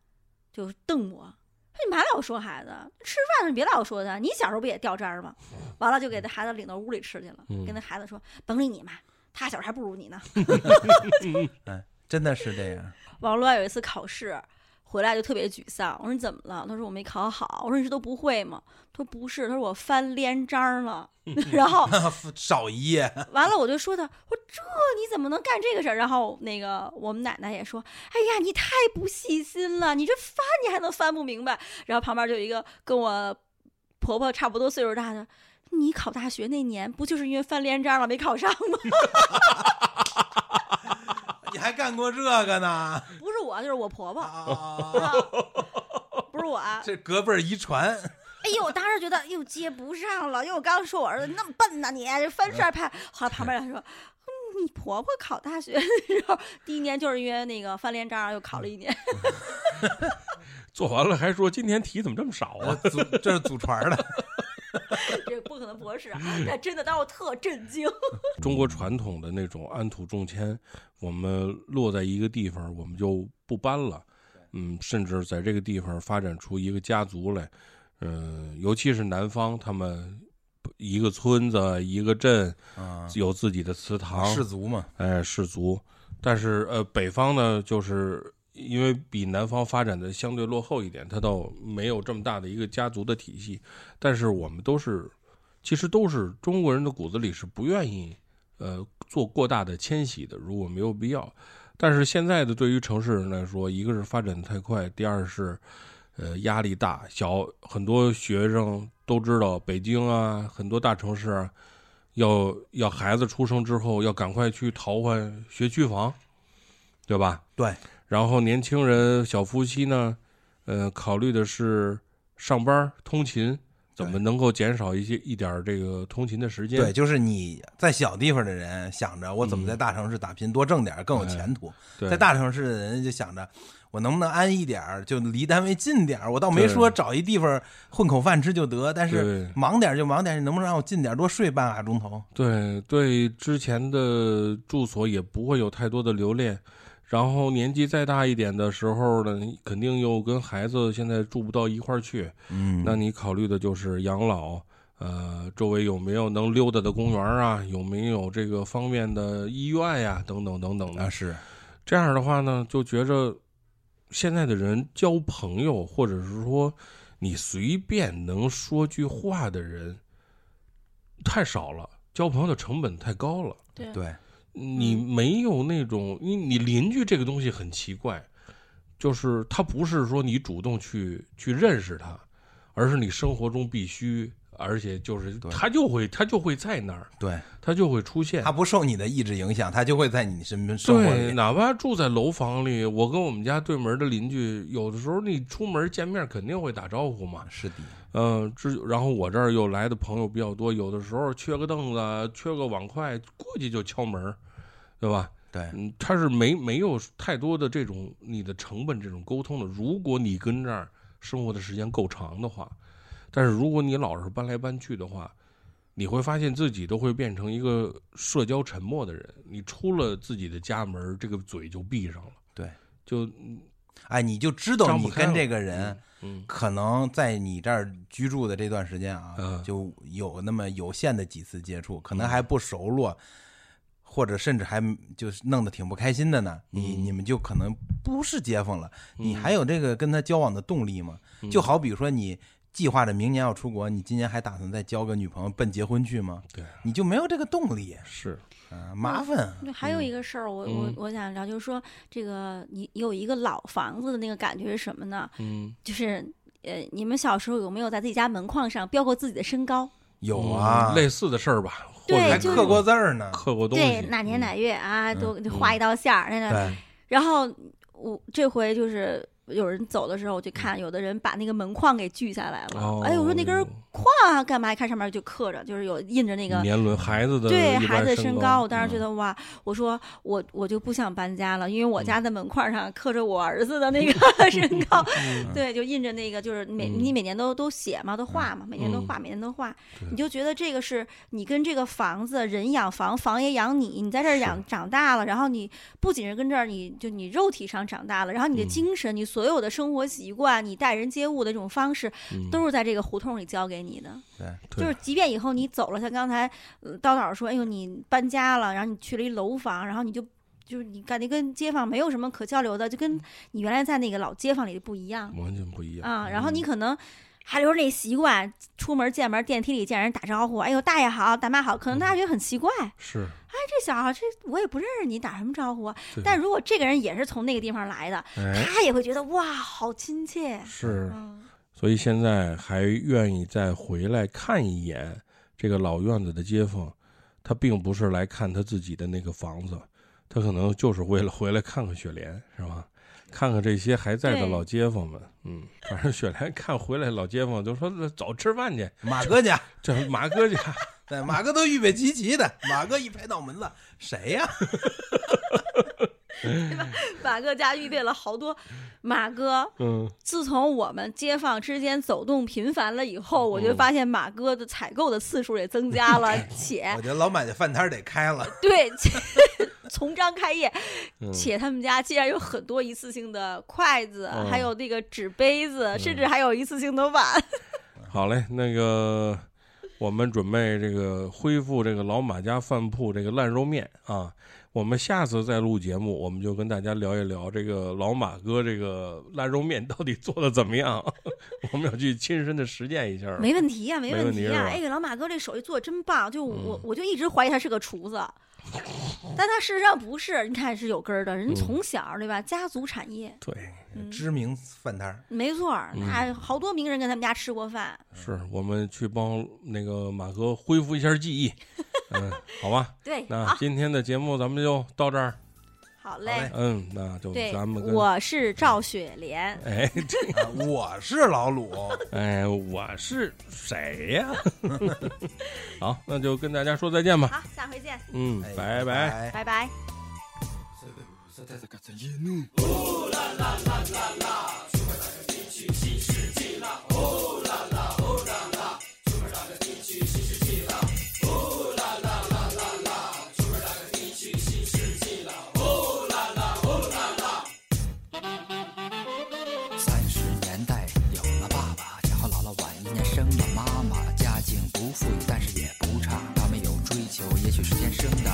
[SPEAKER 2] 就瞪我，说你别老说孩子，吃饭的时候别老说他，你小时候不也掉渣儿吗？完了就给他孩子领到屋里吃去了，
[SPEAKER 1] 嗯
[SPEAKER 2] 跟那孩子说，甭理你妈，他小时候还不如你呢。
[SPEAKER 6] 真的是这样，
[SPEAKER 2] 王乱有一次考试回来就特别沮丧，我说你怎么了？他说我没考好。我说你这都不会吗？他说不是，他说我翻连章了。然后
[SPEAKER 6] 少一页，
[SPEAKER 2] 完了我就说他，我说这你怎么能干这个事儿？然后那个我们奶奶也说，哎呀你太不细心了，你这翻你还能翻不明白。然后旁边就有一个跟我婆婆差不多岁数大的。你考大学那年不就是因为翻连章了没考上吗？
[SPEAKER 6] 你还干过这个呢？
[SPEAKER 2] 不是我，就是我婆婆，
[SPEAKER 6] 啊，
[SPEAKER 2] 不是我啊。
[SPEAKER 6] 这隔辈儿遗传，
[SPEAKER 2] 哎呦，我当时觉得又接不上了，因为我刚说我儿子那么笨呢、你这翻事儿派。后来旁边人说。嗯你婆婆考大学的时候，第一年就是因为那个翻连章，又考了一年。
[SPEAKER 1] 嗯做完了还说今天题怎么这么少啊？
[SPEAKER 6] 呃祖这是祖传 的。
[SPEAKER 2] 这不可能博士啊！
[SPEAKER 1] 嗯
[SPEAKER 2] 但真的当时我特震惊。
[SPEAKER 1] 中国传统的那种安土重迁，我们落在一个地方，我们就不搬了，嗯，甚至在这个地方发展出一个家族来，嗯、尤其是南方，他们一个村子、一个镇
[SPEAKER 6] 啊，
[SPEAKER 1] 有自己的祠堂，
[SPEAKER 6] 氏族嘛，
[SPEAKER 1] 哎，氏族。但是呃，北方呢，就是因为比南方发展的相对落后一点，它倒没有这么大的一个家族的体系。但是我们都是，其实都是中国人的骨子里是不愿意呃做过大的迁徙的，如果没有必要。但是现在的对于城市人来说，一个是发展的太快，第二是，呃，压力大。小很多学生都知道，北京啊，很多大城市啊，要要孩子出生之后要赶快去淘换学区房，对吧？
[SPEAKER 6] 对。
[SPEAKER 1] 然后年轻人小夫妻呢，呃，考虑的是上班通勤怎么
[SPEAKER 6] 对
[SPEAKER 1] 能够减少一些一点儿这个通勤的时间。
[SPEAKER 6] 对，就是你在小地方的人想着我怎么在大城市打拼，多挣点儿更有前途；
[SPEAKER 1] 对，
[SPEAKER 6] 在大城市的人就想着我能不能安逸点儿，就离单位近点儿。我倒没说找一地方混口饭吃就得，但是
[SPEAKER 1] 对
[SPEAKER 6] 忙点儿就忙点儿，你能不能让我近点儿，多睡半个钟头？
[SPEAKER 1] 对对，之前的住所也不会有太多的留恋。然后年纪再大一点的时候呢，你肯定又跟孩子现在住不到一块儿去，
[SPEAKER 6] 嗯
[SPEAKER 1] 那你考虑的就是养老，呃，周围有没有能溜达的公园啊，有没有这个方面的医院呀、等等等等
[SPEAKER 6] 啊
[SPEAKER 1] 的。
[SPEAKER 6] 是
[SPEAKER 1] 这样的话呢，就觉着现在的人交朋友，或者是说你随便能说句话的人太少了，交朋友的成本太高了。
[SPEAKER 2] 对
[SPEAKER 6] 对，
[SPEAKER 1] 你
[SPEAKER 6] 嗯
[SPEAKER 1] 没有那种你你邻居这个东西很奇怪，就是他不是说你主动去去认识他，而是你生活中必须，而且就是他就会他就会在那儿，
[SPEAKER 6] 对，
[SPEAKER 1] 他就会出现
[SPEAKER 6] 他。不受你的意志影响，他就会在你身边生活
[SPEAKER 1] 对，
[SPEAKER 6] 里。
[SPEAKER 1] 哪怕住在楼房里，我跟我们家对门的邻居，有的时候你出门见面肯定会打招呼嘛。
[SPEAKER 6] 是的，
[SPEAKER 1] 嗯，这然后我这儿又来的朋友比啊较多，有的时候缺个凳子，缺个碗筷，过去就敲门，对吧？
[SPEAKER 6] 对，
[SPEAKER 1] 嗯，它是没没有太多的这种你的成本这种沟通的。如果你跟这儿生活的时间够长的话，但是如果你老是搬来搬去的话，你会发现自己都会变成一个社交沉默的人。你出了自己的家门，这个嘴就闭上了。
[SPEAKER 6] 对，
[SPEAKER 1] 就
[SPEAKER 6] 哎，你就知道
[SPEAKER 1] 张不
[SPEAKER 6] 你
[SPEAKER 1] 开
[SPEAKER 6] 跟
[SPEAKER 1] 了
[SPEAKER 6] 这个人
[SPEAKER 1] 嗯
[SPEAKER 6] 可能在你这儿居住的这段时间啊，
[SPEAKER 1] 嗯
[SPEAKER 6] 就有那么有限的几次接触，可能还不熟络，或者甚至还就是弄得挺不开心的呢。你
[SPEAKER 1] 嗯
[SPEAKER 6] 你们就可能不是街坊了，你
[SPEAKER 1] 嗯
[SPEAKER 6] 还有这个跟他交往的动力吗？就好比说你计划着明年要出国，你今年还打算再交个女朋友奔结婚去吗？
[SPEAKER 1] 对，
[SPEAKER 6] 你就没有这个动力，
[SPEAKER 1] 是
[SPEAKER 6] 啊，麻烦。
[SPEAKER 2] 对，还有一个事儿，我我
[SPEAKER 1] 嗯
[SPEAKER 2] 我想聊，就是说这个你有一个老房子的那个感觉是什么呢？
[SPEAKER 1] 嗯，
[SPEAKER 2] 就是呃，你们小时候有没有在自己家门框上标过自己的身高？
[SPEAKER 6] 有啊
[SPEAKER 1] 嗯，类似的事儿吧，或
[SPEAKER 2] 对
[SPEAKER 6] 还
[SPEAKER 1] 者
[SPEAKER 2] 就
[SPEAKER 6] 刻过字儿呢。
[SPEAKER 1] 哎刻过东西，
[SPEAKER 2] 对，哪年
[SPEAKER 1] 嗯
[SPEAKER 2] 哪月啊，
[SPEAKER 6] 嗯
[SPEAKER 2] 都画一道线儿，那那。
[SPEAKER 6] 对，
[SPEAKER 2] 然后我这回就是有人走的时候，我就看有的人把那个门框给锯下来了
[SPEAKER 1] 哦。
[SPEAKER 2] 哎，我说那根框啊干嘛？一看上面就刻着，就是有印着那个
[SPEAKER 1] 年轮孩子的
[SPEAKER 2] 对
[SPEAKER 1] 一般
[SPEAKER 2] 孩子的
[SPEAKER 1] 身
[SPEAKER 2] 身
[SPEAKER 1] 高，嗯
[SPEAKER 2] 我当时觉得哇，我说我我就不想搬家了，因为我家的门框上刻着我儿子的 那个身高，对，就印着那个，就是每
[SPEAKER 1] 嗯
[SPEAKER 2] 你每年都都写嘛，都画嘛，每年都
[SPEAKER 1] 嗯
[SPEAKER 2] 画，每年都画，
[SPEAKER 1] 对
[SPEAKER 2] 你就觉得这个是你跟这个房子人养房，房也养你，你在这儿养长大了，然后你不仅是跟这儿，你就你肉体上长大了，然后你的
[SPEAKER 1] 嗯
[SPEAKER 2] 精神，你所有的生活习惯，你待人接物的这种方式，
[SPEAKER 1] 嗯
[SPEAKER 2] 都是在这个胡同里教给你的。就
[SPEAKER 6] 哎
[SPEAKER 1] 对
[SPEAKER 2] 是即便以后你走了，像刚才呃刀导说，哎呦，你搬家了，然后你去了一楼房，然后你就就是你感觉跟街坊没有什么可交流的，
[SPEAKER 1] 嗯
[SPEAKER 2] 就跟你原来在那个老街坊里的不一样
[SPEAKER 1] 完全不一样嗯
[SPEAKER 2] 啊。然后你可能还留着那习惯，出门见门，电梯里见人打招呼，哎呦，大爷好，大妈好，可能大家
[SPEAKER 1] 嗯
[SPEAKER 2] 觉得很奇怪，哎
[SPEAKER 1] 是，
[SPEAKER 2] 这小孩这我也不认识你，打什么招呼啊？
[SPEAKER 1] 对
[SPEAKER 2] 但如果这个人也是从那个地方来的，
[SPEAKER 1] 哎
[SPEAKER 2] 他也会觉得哇，好亲切。
[SPEAKER 1] 是，
[SPEAKER 2] 嗯，
[SPEAKER 1] 所以现在还愿意再回来看一眼这个老院子的街坊，他并不是来看他自己的那个房子，他可能就是为了 回来看看雪莲，是吧？看看这些还在的
[SPEAKER 2] 对
[SPEAKER 1] 老街坊们，嗯，反正雪莲看回来老街坊就说走吃饭去，
[SPEAKER 6] 马哥家，
[SPEAKER 1] 这马哥家
[SPEAKER 6] 对，马哥都预备齐齐的。马哥一拍脑门子，谁呀、
[SPEAKER 2] 马哥家预备了好多马哥
[SPEAKER 1] 嗯，
[SPEAKER 2] 自从我们街坊之间走动频繁了以后，我就
[SPEAKER 1] 嗯
[SPEAKER 2] 发现马哥的采购的次数也增加了，且
[SPEAKER 6] 我觉得老马家饭摊儿得开了。
[SPEAKER 2] 对，且从张开业，
[SPEAKER 1] 嗯
[SPEAKER 2] 且他们家竟然有很多一次性的筷子，
[SPEAKER 1] 嗯
[SPEAKER 2] 还有那个纸杯子，甚至还有一次性的碗。
[SPEAKER 1] 好嘞，那个我们准备这个恢复这个老马家饭铺这个烂肉面啊。我们下次再录节目，我们就跟大家聊一聊这个老马哥这个烂肉面到底做的怎么样， 我们要去亲身的实践一下了。
[SPEAKER 2] 没问题呀、没
[SPEAKER 1] 没
[SPEAKER 2] 问
[SPEAKER 1] 问题
[SPEAKER 2] 题
[SPEAKER 1] 是
[SPEAKER 2] 呀、
[SPEAKER 1] 吧嗯
[SPEAKER 2] 哎，老马哥这手艺做的真棒，就我、我就一直怀疑他是个厨子，但他事实上不是，你看是有根儿的，
[SPEAKER 1] 嗯
[SPEAKER 2] 人从小、对吧，家族产业。
[SPEAKER 1] 对，
[SPEAKER 6] 知名饭摊儿，
[SPEAKER 2] 没错儿，那好多名人跟他们家吃过饭。
[SPEAKER 1] 是我们去帮那个马哥恢复一下记 忆。嗯，好吧，
[SPEAKER 2] 对
[SPEAKER 1] 那今天的节目咱们就到这儿。
[SPEAKER 2] 好
[SPEAKER 6] 好
[SPEAKER 2] 嘞
[SPEAKER 6] 嘞，
[SPEAKER 1] 嗯，那就
[SPEAKER 2] 对，
[SPEAKER 1] 咱们跟
[SPEAKER 2] 我是赵雪莲，
[SPEAKER 1] 哎
[SPEAKER 6] 啊我是老 鲁，
[SPEAKER 1] 哎，我是谁呀、 好，那就跟大家说再见吧。
[SPEAKER 2] 好，下回见，
[SPEAKER 1] 嗯，
[SPEAKER 6] 哎
[SPEAKER 1] 拜拜。
[SPEAKER 6] 拜
[SPEAKER 2] 拜拜。
[SPEAKER 4] 三十年代有了爸爸，然后老了晚一年生了妈妈，家境不富裕，但是也不差。他们有追求，也许是天生的。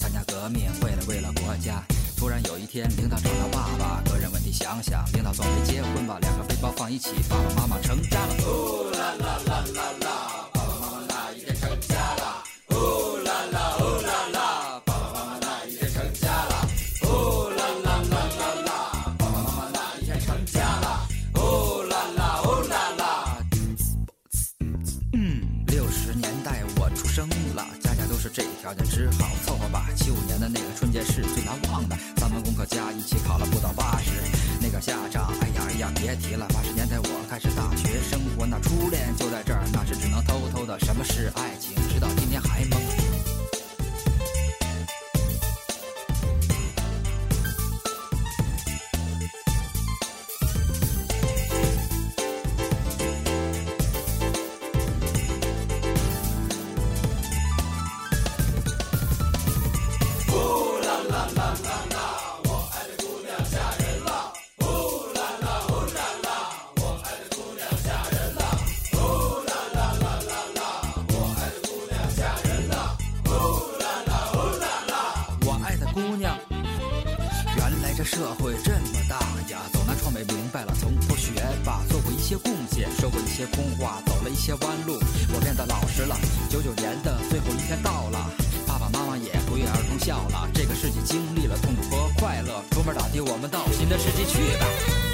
[SPEAKER 4] 参加革命，为了为了国家。突然有一天，领导找到爸爸，个人问题想想，领导总没结婚吧？两个背包放一起，爸爸妈妈成家了。哦啦啦啦啦啦，爸爸妈妈那一天成家了。哦啦啦哦啦啦，爸爸妈妈那一天成家了。哦啦啦啦啦啦，爸爸妈妈那一天成家了。哦啦啦哦啦啦。嗯，六十年代我出生了，家家都是这条件，只好凑合吧。七五年的那个春节是最难忘的，三门功课加一起考了不到八十。那个家长，哎呀哎呀，别提了。八十年代我开始大学生活，那初恋就在这儿，那时只能偷偷的。什么是爱情？直到今天还懵。社会这么大呀，走南闯北明白了，从不学吧，做过一些贡献，说过一些空话，走了一些弯路，我变得老实了。九九年的最后一天到了，爸爸妈妈也不约而同笑了。这个世纪经历了痛苦和快乐，出门打的我们到新的世纪去吧。